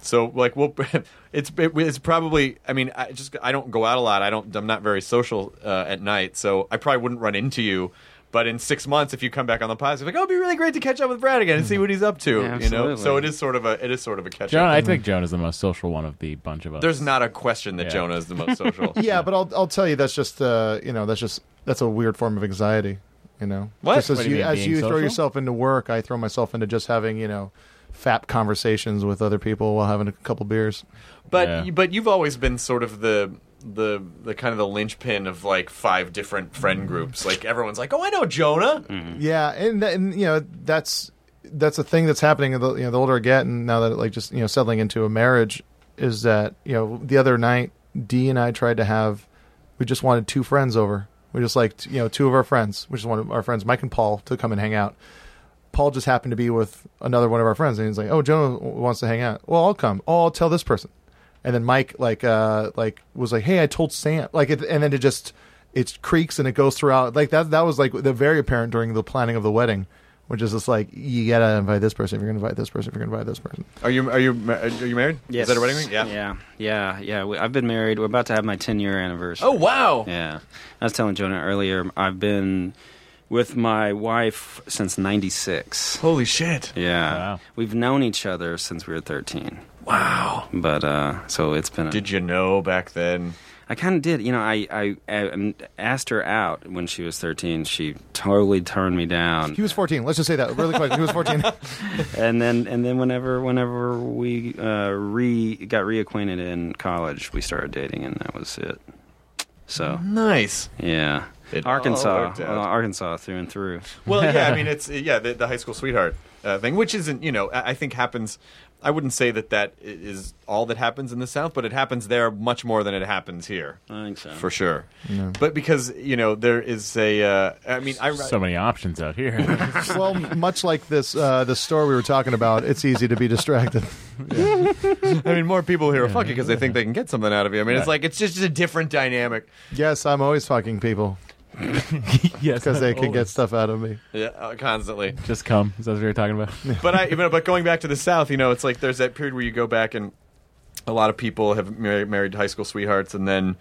S2: So like we'll it's it, it's probably I mean I just I don't go out a lot. I don't I'm not very social uh, at night, so I probably wouldn't run into you. But in six months, if you come back on the podcast, it's like oh, it'd be really great to catch up with Brad again and see what he's up to.
S6: Yeah,
S2: you know,
S6: absolutely.
S2: so it is sort of a it is sort of a catch
S4: Joan,
S2: up.
S4: I think Joan is the most social one of the bunch of us.
S2: There's not a question that
S4: Yeah.
S2: Jonah is the most social.
S7: Yeah, but I'll I'll tell you that's just uh you know that's just that's a weird form of anxiety. You know,
S2: What?
S7: Just as
S4: What do
S7: you,
S4: you mean,
S7: as
S4: being
S7: you throw
S4: social?
S7: yourself into work, I throw myself into just having you know, fap conversations with other people while having a couple beers.
S2: But
S4: Yeah.
S2: but you've always been sort of the the the kind of the linchpin of like five different friend groups. Like everyone's like, oh, I know Jonah.
S4: Mm. Hmm.
S7: Yeah, and, th- and you know that's that's a thing that's happening. The, you know, the older I get, and now that like just you know settling into a marriage, is that you know the other night Dee and I tried to have, we just wanted two friends over. We just liked you know two of our friends. We just wanted our friends Mike and Paul to come and hang out. Paul just happened to be with another one of our friends, and he's like, "Oh, Jonah w- wants to hang out. Well, I'll come. Oh, I'll tell this person." And then Mike like uh like was like, "Hey, I told Sam." Like, it, and then it just it creaks and it goes throughout. Like that that was like the very apparent during the planning of the wedding, which is just like you gotta invite this person if you're gonna invite this person if you're gonna invite this person.
S2: Are you are you ma- are you married? Is
S6: Yes.
S2: that a wedding ring? Yeah.
S6: yeah, yeah, yeah. We- I've been married. We're about to have my 10 year anniversary.
S2: Oh wow.
S6: Yeah. I was telling Jonah earlier, I've been with my wife since 96.
S2: Holy shit.
S6: Yeah.
S4: Wow.
S6: We've known each other since we were 13.
S2: Wow.
S6: But, uh, so it's been a.
S2: Did you know back then?
S6: I kind of did. You know, I, I, I um, asked her out when she was 13. She totally turned me down.
S7: He was 14. Let's just say that really quick. He was 14.
S6: and then and then whenever whenever we uh, re got reacquainted in college, we started dating, and that was it. So
S2: Nice.
S6: yeah,
S2: It all
S6: Arkansas,
S2: worked
S6: uh,
S2: out.
S6: Arkansas through and through.
S2: Well, yeah, I mean, it's yeah, the, the high school sweetheart uh, thing, which isn't you know, I, I think happens. I wouldn't say that that i- is all that happens in the South, but it happens there much more than it happens here,
S6: I think so.
S2: for sure. But because you know there is a, uh, I mean, I
S4: so many options out here.
S7: well, much like this uh, the store we were talking about, it's easy to be distracted.
S2: I mean, more people here are fucking because they think they can get something out of you. I mean, it's like it's just a different dynamic.
S7: Yes, I'm always fucking people
S4: yes,
S7: because they can get stuff out of me.
S2: Yeah, uh, constantly.
S4: Just come. Is that what you're talking about?
S2: but I, but but going back to the South, you know, it's like there's that period where you go back and a lot of people have married, married high school sweethearts, and then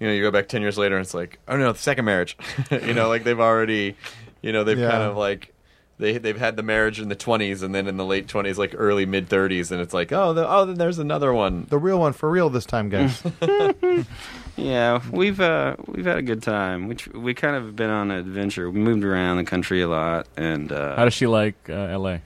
S2: you know you go back ten years later, and it's like, oh no, the second marriage, you know, like they've already, you know, they've
S7: Yeah.
S2: kind of like They they've had the marriage in the 20s and then in the late 20s, like early mid 30s, and it's like oh the, oh then there's another one.
S7: The real one for real this time, guys.
S6: Yeah, we've uh, we've had a good time. We tr- we kind of been on an adventure. We moved around the country a lot, and
S4: How
S6: uh,
S4: does she like uh, L.A.?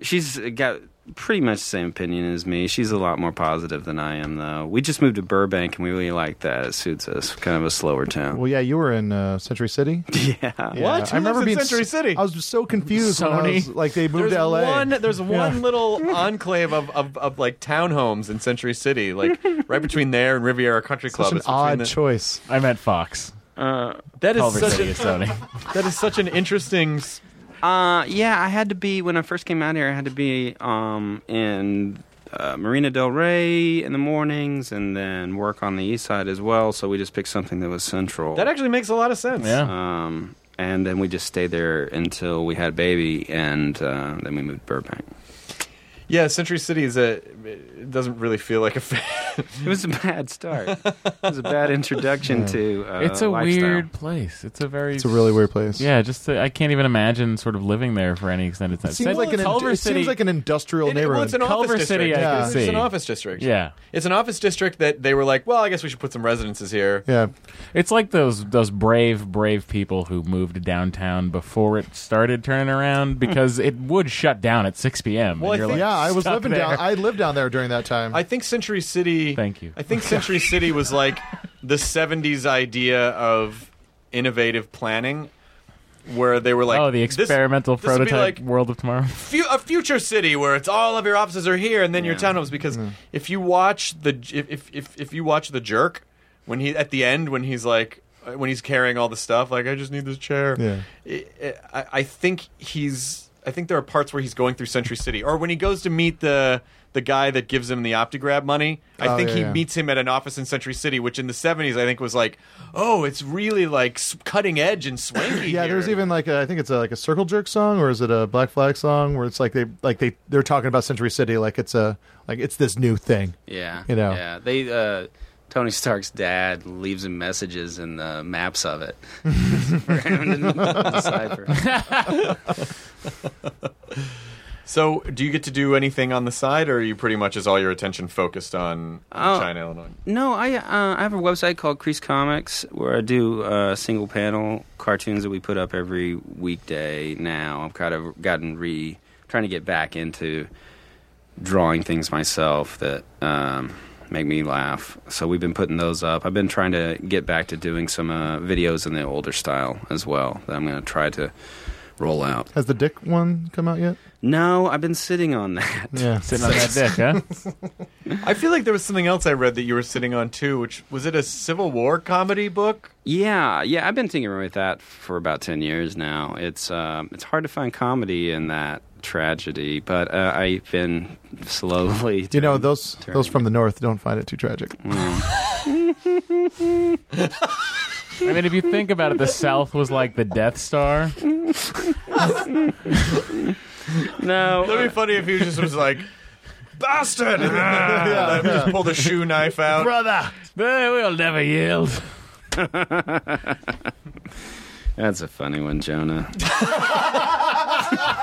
S6: she's got pretty much the same opinion as me. She's a lot more positive than I am, though. We just moved to Burbank, and we really like that. It suits us. Kind of a slower town.
S7: well, yeah, you were in uh, Century City.
S6: Yeah.
S7: Yeah,
S2: What? Who lives in Century City?
S7: I was just so confused. when I
S4: Sony?
S7: was- like they moved
S2: There's
S7: to L.A.
S2: one. There's one little enclave of, of, of like townhomes in Century City, like right between there and Riviera Country Club.
S7: Such an
S2: It's between
S7: odd
S2: the-
S7: choice.
S4: I meant Fox.
S2: that is
S4: Culver
S2: such
S4: City
S2: a,
S4: is Sony.
S2: that is such an interesting. s-
S6: Uh, yeah, I had to be when I first came out here. I had to be um, in uh, Marina Del Rey in the mornings, and then work on the east side as well. So we just picked something that was central.
S2: That actually makes a lot of sense.
S4: Yeah.
S6: um, and then we just stayed there until we had baby, and uh, then we moved to Burbank.
S2: Yeah, Century City is a. It doesn't really feel like a. fa-
S6: It was a bad start. it was a bad introduction to. Uh,
S4: it's a
S6: lifestyle.
S4: weird place. It's a very
S7: It's a really weird place.
S4: yeah. Just to, I can't even imagine sort of living there for any extended time.
S7: It seems
S4: Said
S7: like an
S4: Culver
S7: it
S4: City.
S7: seems like an industrial
S2: It-
S7: neighborhood.
S2: Well, it's an
S4: Culver
S2: office
S4: City,
S2: district.
S4: I
S7: Yeah.
S2: It's
S4: could
S2: an
S4: see.
S2: office district.
S4: yeah,
S2: It's an office district that they were like, well, I guess we should put some residences here.
S7: yeah,
S4: it's like those those brave brave people who moved downtown before it started turning around because it would shut down at 6 p.m.
S2: Hmm. Well,
S4: and
S2: I
S4: you're
S2: think-
S4: like,
S7: yeah. I was
S4: stuck
S7: living
S4: there.
S7: down. I lived down there during that time.
S2: I think Century City.
S4: Thank you.
S2: I think Century City was like the 70s idea of innovative planning. Where they were like,
S4: oh, the
S2: this-
S4: experimental
S2: this would be like
S4: prototype world of tomorrow.
S2: fu- a future city where it's all of your offices are here and then your townhomes because if you watch the if, if if if you watch the jerk when he at the end when he's like uh, when he's carrying all the stuff like I just need this chair
S7: Yeah.
S2: I- I, I think he's I think there are parts where he's going through Century City or when he goes to meet the the guy that gives him the OptiGrab money I
S7: Oh,
S2: think
S7: yeah,
S2: he
S7: yeah.
S2: meets him at an office in Century City which in the 70s I think was like oh it's really like s- cutting edge and swanky
S7: yeah,
S2: here.
S7: there's even like a, I think it's a, like a Circle Jerk song, or is it a Black Flag song, where it's like they like they they're talking about Century City, like it's a like it's this new thing.
S6: Yeah.
S7: You know.
S6: Yeah. They. Uh, Tony Stark's dad leaves him messages in the maps of it for him to decipher.
S2: So, do you get to do anything on the side, or are you pretty much is all your attention focused on
S6: Oh.
S2: China, Illinois?
S6: No, I uh, I have a website called Crease Comics where I do uh, single panel cartoons that we put up every weekday. Now I've kind of gotten re trying to get back into drawing things myself that um, make me laugh. So we've been putting those up. I've been trying to get back to doing some uh, videos in the older style as well that I'm going to try to roll out.
S7: Has the Dick one come out yet?
S6: No, I've been sitting on that.
S7: Yeah,
S4: Sitting on that dick, huh?
S2: I feel like there was something else I read that you were sitting on too, which was it a Civil War comedy book?
S6: Yeah, yeah, I've been tinkering with that for about ten years now. It's um, it's hard to find comedy in that tragedy, but uh, I've been slowly.
S7: you know those
S6: turn-
S7: those from the north don't find it too tragic.
S4: I mean, if you think about it, the South was like the Death Star.
S2: That'd
S6: no,
S2: be funny if he just was like, "Bastard!" yeah, just pulled a shoe knife out.
S4: Brother, we'll never yield.
S6: that's a funny one, Jonah.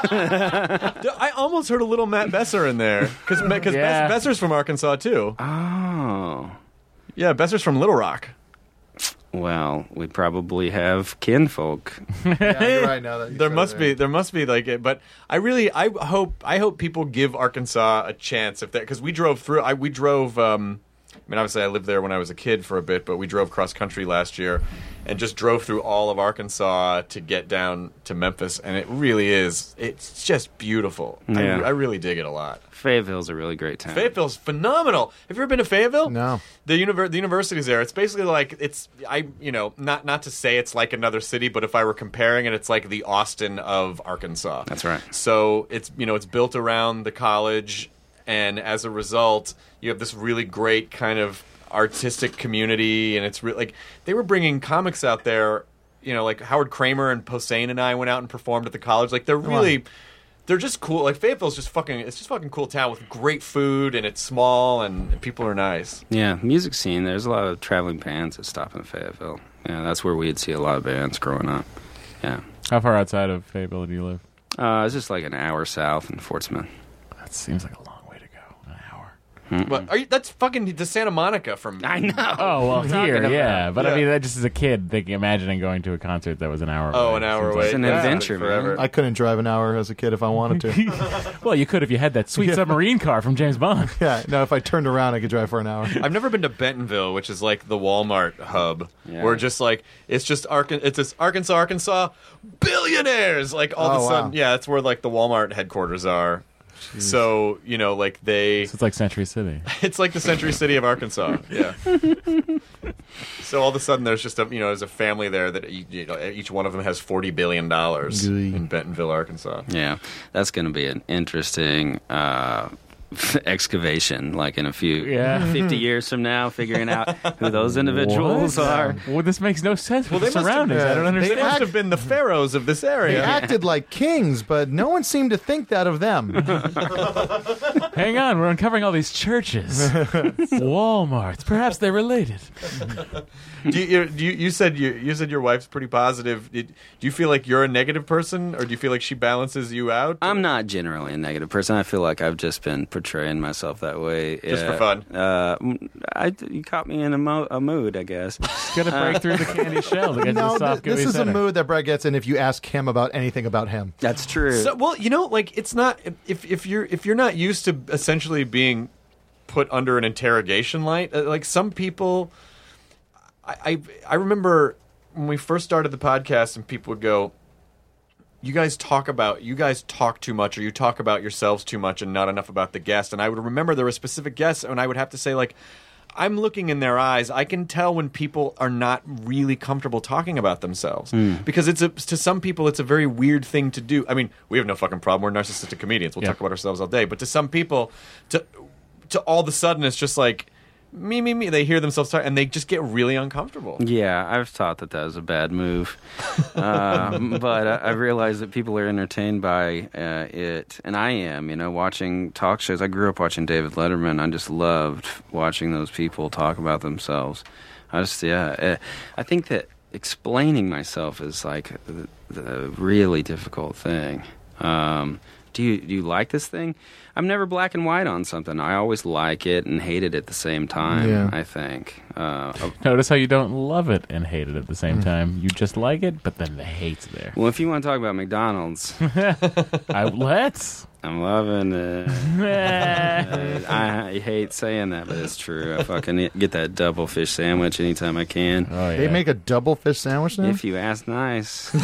S2: I almost heard a little Matt Besser in there because
S4: Yeah.
S2: Besser's from Arkansas too.
S6: Oh,
S2: Yeah, Besser's from Little Rock.
S6: well, we probably have kinfolk.
S7: right now that
S2: There must be there must be like it, but I really I hope I hope people give Arkansas a chance if that because we drove through I we drove um I mean obviously I lived there when I was a kid for a bit but we drove cross country last year and just drove through all of Arkansas to get down to Memphis and it really is it's just beautiful I,
S6: Yeah.
S2: I really dig it a lot
S6: Fayetteville's a really great town.
S2: Fayetteville's phenomenal. Have you ever been to Fayetteville?
S7: No.
S2: The univer- the university's there. It's basically like it's I you know not not to say it's like another city, but if I were comparing it, it's like the Austin of Arkansas.
S6: That's right.
S2: So it's you know it's built around the college, and as a result, you have this really great kind of artistic community, and it's re- like they were bringing comics out there. You know, like Howard Kramer and Posehn and I went out and performed at the college. Like they're really they're just cool. Like Fayetteville's just fucking. It's just fucking cool town with great food and it's small and people are nice.
S6: Yeah, music scene. There's a lot of traveling bands that stop in Fayetteville. Yeah, that's where we'd see a lot of bands growing up. Yeah.
S4: How far outside of Fayetteville do you live?
S6: Uh, it's just like an hour south in Fortsmouth.
S4: That seems like a long way to go. An hour.
S2: But are you, that's fucking to Santa Monica from.
S6: Hmm. I know.
S4: Oh well, here,
S6: about?
S4: yeah. But
S2: Yeah.
S4: I mean, that just as a kid thinking, imagining going to a concert that was an hour.
S2: Oh,
S4: away.
S2: an hour
S4: Seems
S2: away.
S6: It's an
S2: Yeah.
S6: adventure, man.
S2: forever.
S7: I couldn't drive an hour as a kid if I wanted to.
S4: like- well, you could if you had that sweet submarine car from James Bond.
S7: yeah, no, if I turned around, I could drive for an hour.
S2: I've never been to Bentonville, which is like the Walmart hub,
S6: Yeah.
S2: where just like it's just Arkan, it's this Arkansas, Arkansas billionaires. Like all of
S7: Oh,
S2: a
S7: wow.
S2: sudden, yeah, that's where like the Walmart headquarters are. So you know, like they,
S4: So it's like Century City.
S2: it's like the Century City of Arkansas. Yeah. so all of a sudden, there's just a you know, there's a family there that e- you know, each one of them has forty billion dollars
S7: Gee.
S2: in Bentonville, Arkansas.
S6: Yeah, that's going to be an interesting uh, excavation, like in a few
S4: Yeah. Mm-hmm.
S6: 50 years from now, figuring out who those individuals
S4: What?
S6: are.
S4: Well, this makes no sense with
S2: Well, they
S4: the
S2: must have-
S4: surroundings. I don't
S7: yeah,
S2: They
S4: understand.
S2: must have been the pharaohs of this
S7: They
S2: area.
S7: acted like kings, but no one seemed to think that of them.
S4: Hang on, we're uncovering all these churches, WalMarts. Perhaps they're related.
S2: do you, you, do you, you said you, you said your wife's pretty positive. Did, do you feel like you're a negative person, or do you feel like she balances you out?
S6: I'm not generally a negative person. I feel like I've just been portraying myself that way.
S2: Just for
S6: Uh,
S2: fun.
S6: Uh, mm, I, you caught me in a, mo- a mood, I guess.
S4: It's gonna
S2: Uh,
S4: break through the candy shell to get to
S7: no,
S4: the
S7: th-
S4: soft gooey
S7: this is a
S4: center.
S7: mood that Brett gets in if you ask him about anything about him.
S6: That's true.
S2: So, well, you know, like it's not if if you're if you're not used to essentially being put under an interrogation light, uh, like some people. I, I I remember when we first started the podcast, and people would go, "You guys talk about you guys talk too much, or you talk about yourselves too much, and not enough about the guest." And I would remember there were specific guests, and I would have to say like. I'm looking in their eyes. I can tell when people are not really comfortable talking about themselves because it's a, to some people it's a very weird thing to do. I mean, we have no fucking problem. We're narcissistic comedians. We'll
S4: Yeah.
S2: talk about ourselves all day. But to some people, to to all of a sudden, it's just like me, me, me. They hear themselves talk and they just get really uncomfortable.
S6: Yeah, I've thought that that was a bad move, um, but I, I realize that people are entertained by uh, it, and I am. You know, watching talk shows. I grew up watching David Letterman. I just loved watching those people talk about themselves. I just, yeah, uh, I think that explaining myself is like the, the really difficult thing. Um, do you do you like this thing? I'm never black and white on something. I always like it and hate it at the same time.
S7: Yeah.
S6: I think. Uh,
S4: Notice how you don't love it and hate it at the
S2: Mm.
S4: same time. You just like it, but then the hate's there.
S6: Well, if you want to talk about McDonald's,
S4: I, let's.
S6: I'm loving it.
S4: Eh.
S6: I, I hate saying that, but it's true. I fucking eat- get that double fish sandwich anytime I can.
S4: Oh,
S7: They
S4: yeah.
S7: make a double fish sandwich now?
S6: If you ask nice,
S2: Can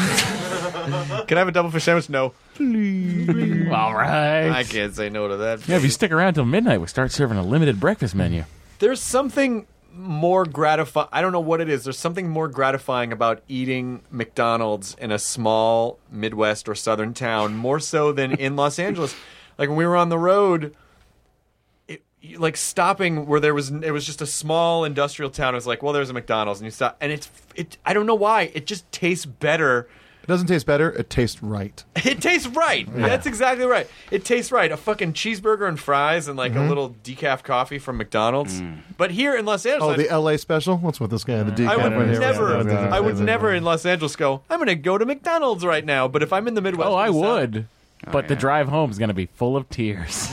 S2: I have a double fish sandwich? No,
S4: All right.
S2: I can't say no to that.
S4: Yeah, if you stick around till midnight, we start serving a limited breakfast menu.
S2: there's something more gratifying. I don't know what it is. There's something more gratifying about eating McDonald's in a small Midwest or Southern town, more so than in Los Angeles. Like when we were on the road, it, you- like stopping where there was it was just a small industrial town. It was like, well, there's a McDonald's, and you stop, and it's it. I don't know why. It just tastes better.
S7: It doesn't taste better, it tastes right.
S2: It tastes right. That's exactly right. It tastes right. A fucking cheeseburger and fries and
S7: Mm-hmm.
S2: like a little decaf coffee from McDonald's. But here in Los Angeles,
S7: Mm. Oh, the LA special? What's with this guy? The decaf
S2: I would
S7: right here.
S2: never,
S7: Yeah, that
S2: I would
S7: doesn't-
S2: never in Los Angeles go. I'm going to go to McDonald's right now. But if I'm in the Midwest,
S4: Oh, I
S2: and stuff-
S4: would. But the
S6: yeah.
S4: drive home is going to be full of tears.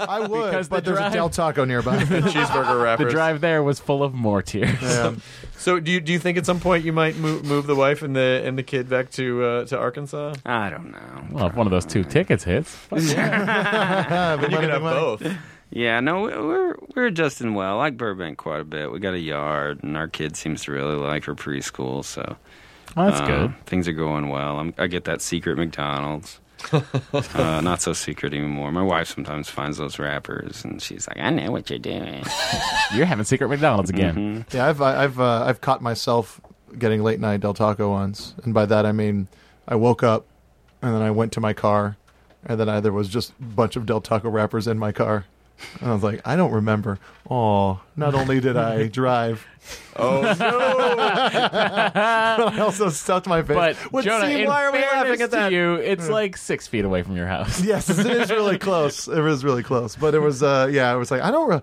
S7: I would,
S4: Because
S7: but
S4: the
S7: there's
S4: drive-
S7: a Del Taco nearby.
S2: Cheeseburger
S4: the
S2: wrappers.
S4: drive there was full of more tears.
S2: So do you do you think at some point you might move, move the wife and the and the kid back to uh, to Arkansas?
S6: I don't know.
S4: Well, if one of those two tickets hits, fuck yeah.
S7: Yeah, but
S2: You
S7: money,
S2: can have
S7: money.
S2: both.
S6: Yeah, no, we- we're we're adjusting well. I like Burbank quite a bit. We got a yard, and our kid seems to really like her preschool. So
S4: Well, that's
S6: uh,
S4: good.
S6: Things are going well. I'm, I get that secret McDonald's. uh, not so secret anymore. My wife sometimes finds those wrappers, and she's like, "I know what you're doing."
S4: You're having secret McDonald's again.
S6: Mm-hmm.
S7: Yeah, I've I- I've uh, I've caught myself getting late night Del Taco once, and by that I mean I woke up and then I went to my car, and then I, there was just a bunch of Del Taco wrappers in my car, and I was like, I don't remember. Oh, not only did I drive,
S2: Oh no!
S7: but I also stuffed my face.
S4: Um, But
S7: Which
S4: Jonah,
S7: seemed-
S4: in
S2: why are we laughing
S4: fairness
S2: at
S4: to
S2: that?
S4: You, it's like six feet away from your house.
S7: yes, it is really close. It was really close, but it was uh yeah, I was like I don't. Re-.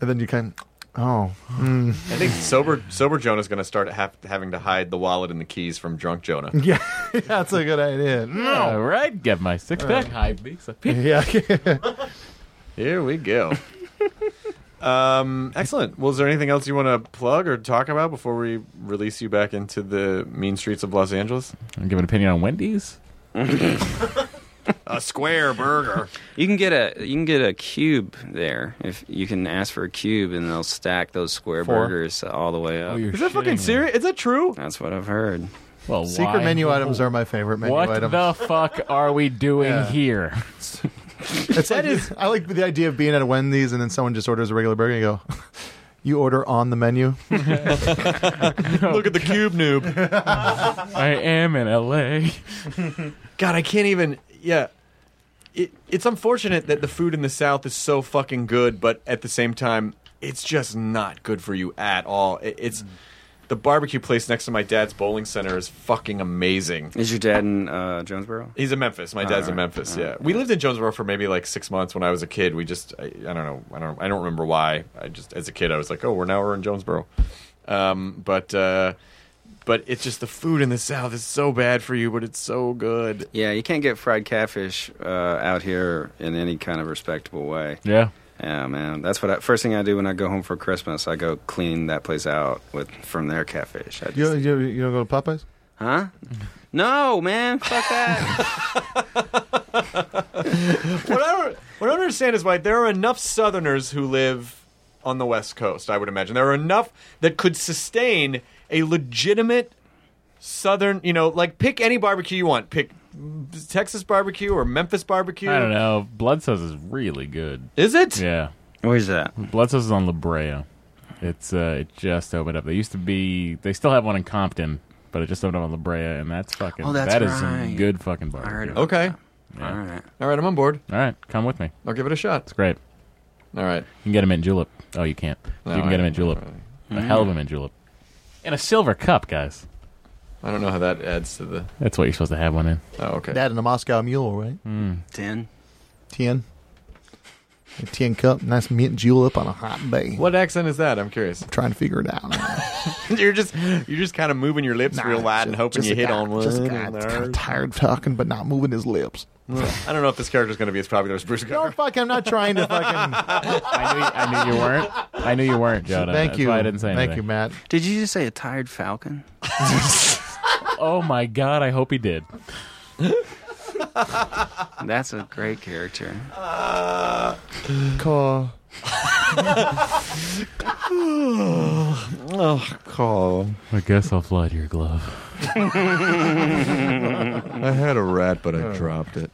S7: And then you kind. Oh,
S2: I think sober sober Jonah's going to start have, having to hide the wallet and the keys from drunk Jonah.
S7: yeah, that's a good idea. No.
S4: All right, get my six pack. Hi, Lisa.
S7: Yeah.
S2: Here we go. um, excellent. Well, is there anything else you want to plug or talk about before we release you back into the mean streets of Los Angeles?
S4: I'll give an opinion on Wendy's.
S2: A square burger.
S6: You can get a you can get a cube there if you can ask for a cube and they'll stack those square burgers all the
S4: Oh,
S6: way up.
S2: Is that fucking serious? Is that true?
S6: That's what I've heard.
S4: Well,
S7: Secret
S4: why?
S7: menu items are my favorite menu
S4: What
S7: items.
S4: the fuck are we doing
S7: Yeah.
S4: here?
S7: It's like, I like the idea of being at a Wendy's and then someone just orders a regular burger and you go, you order on the menu.
S2: Look at the cube noob.
S4: I am in LA.
S2: God, I can't even. Yeah. It, it's unfortunate that the food in the South is so fucking good, but at the same time, it's just not good for you at all. It, it's the barbecue place next to my dad's bowling center is fucking amazing.
S6: Is your dad in uh, Jonesboro?
S2: He's in Memphis. My dad's in
S6: right.
S2: Memphis. yeah, we lived in Jonesboro for maybe like six months when I was a kid. We just I, I don't know. I don't. I don't remember why. I just as a kid I was like, oh, we're now we're in Jonesboro. Um, but uh, but it's just the food in the South is so bad for you, but it's so good.
S6: Yeah, you can't get fried catfish uh, out here in any kind of respectable way.
S4: Yeah.
S6: Yeah, man. That's what I, first thing I do when I go home for Christmas. I go clean that place out with from their catfish. I just,
S7: You, you, you don't go to Popeyes?
S6: huh? No, man. Fuck that.
S2: What I don't, what I don't understand is why there are enough Southerners who live on the West Coast. I would imagine there are enough that could sustain a legitimate Southern. You know, like pick any barbecue you want. Pick. Texas barbecue or Memphis barbecue?
S4: I don't know. Blood Cells is really good.
S2: Is it?
S4: Yeah.
S6: Where's that?
S4: Blood Cells is on La Brea. It's uh, it just opened up. They used to be. They still have one in Compton, but it just opened up on La Brea, and that's fucking.
S6: Oh, that's
S4: that is
S6: right.
S4: some good fucking
S6: I
S4: barbecue.
S6: heard about
S2: Okay.
S6: that. All right.
S2: All right, I'm on board.
S4: All right, come with me.
S2: I'll give it a shot.
S4: It's great.
S2: All right.
S4: You can get them in julep. Oh, you can't. you can
S2: I-
S4: get them in julep. A hell of a mint julep. In a silver cup, guys.
S2: I don't know how that adds to the.
S4: That's what you're supposed to have one in.
S2: Oh, okay.
S7: That and a Moscow Mule, right?
S6: Ten.
S7: Tien. A tin cup, nice mint julep on a hot day.
S2: What accent is that? I'm curious.
S7: Trying to figure it out.
S2: you're just you're just kind of moving your lips real wide and hoping you hit on one.
S7: Just a guy that's kind of tired of talking but not moving his lips.
S2: I don't know if this character's going to be as popular as Bruce
S7: No,
S2: Gunner.
S7: fuck, I'm not trying to fucking.
S4: I knew, I knew you weren't. I knew you weren't, Jonah.
S7: Thank
S4: That's
S7: you.
S4: Why I didn't say
S7: Thank you,
S4: anything.
S7: Matt.
S6: Did you just say a tired falcon?
S4: Oh my god, I hope he did.
S6: That's a great character.
S7: Call.
S2: Call.
S4: I guess I'll fly to your glove.
S2: I had a rat, but I dropped it.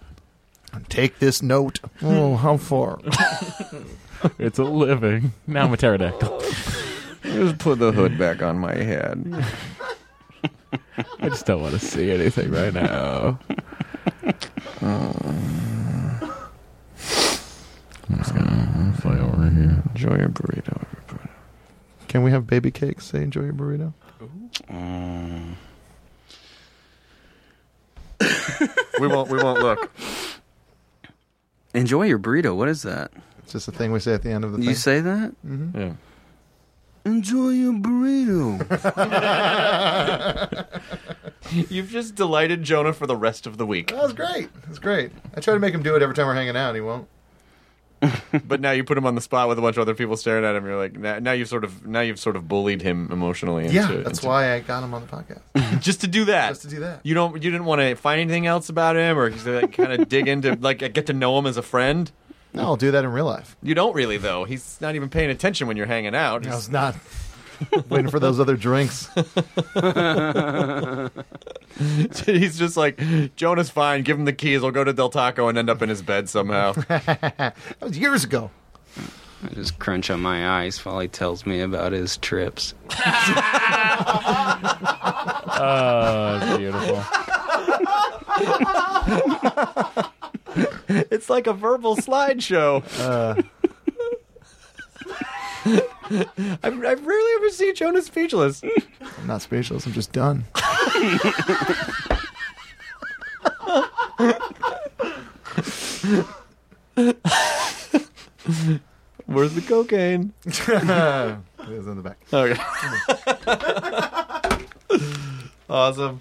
S7: Take this note. Oh, how far?
S4: It's a living. Now I'm a pterodactyl.
S2: Just put the hood back on my head.
S4: I just don't want to see anything right now. I'm just gonna fly over here.
S2: Enjoy your burrito, everybody.
S7: Can we have baby cakes? Say, enjoy your burrito.
S6: Mm.
S2: We won't. We won't look.
S6: Enjoy your burrito. What is that?
S7: It's just a thing we say at the end of the
S6: You
S7: thing.
S6: say that?
S2: Yeah.
S6: Enjoy your burrito.
S2: You've just delighted Jonah for the rest of the week,
S7: that was Oh, great. That's great. I try to make him do it every time we're hanging out. and He won't.
S2: but now you put him on the spot with a bunch of other people staring at him. You're like, now, now you've sort of now you've sort of bullied him emotionally. Into,
S7: Yeah, that's
S2: into-
S7: why I got him on the podcast.
S2: just to do that.
S7: Just to do that.
S2: You don't. You didn't want to find anything else about him, or just, like, kind of dig into, like, get to know him as a friend.
S7: No, I'll do that in real life.
S2: You don't really, though. He's not even paying attention when you're hanging out.
S7: I
S2: He's-
S7: was not waiting for those other drinks.
S2: He's just like, Jonah's fine. Give him the keys. I'll go to Del Taco and end up in his bed somehow.
S7: That was years ago.
S6: I just crunch on my ice while he tells me about his trips.
S4: Oh, that's beautiful.
S2: it's like a verbal slideshow. I've, I've rarely ever seen Jonah speechless.
S7: I'm not speechless. I'm just done.
S2: Where's the cocaine?
S7: It was in the back.
S2: Okay. awesome.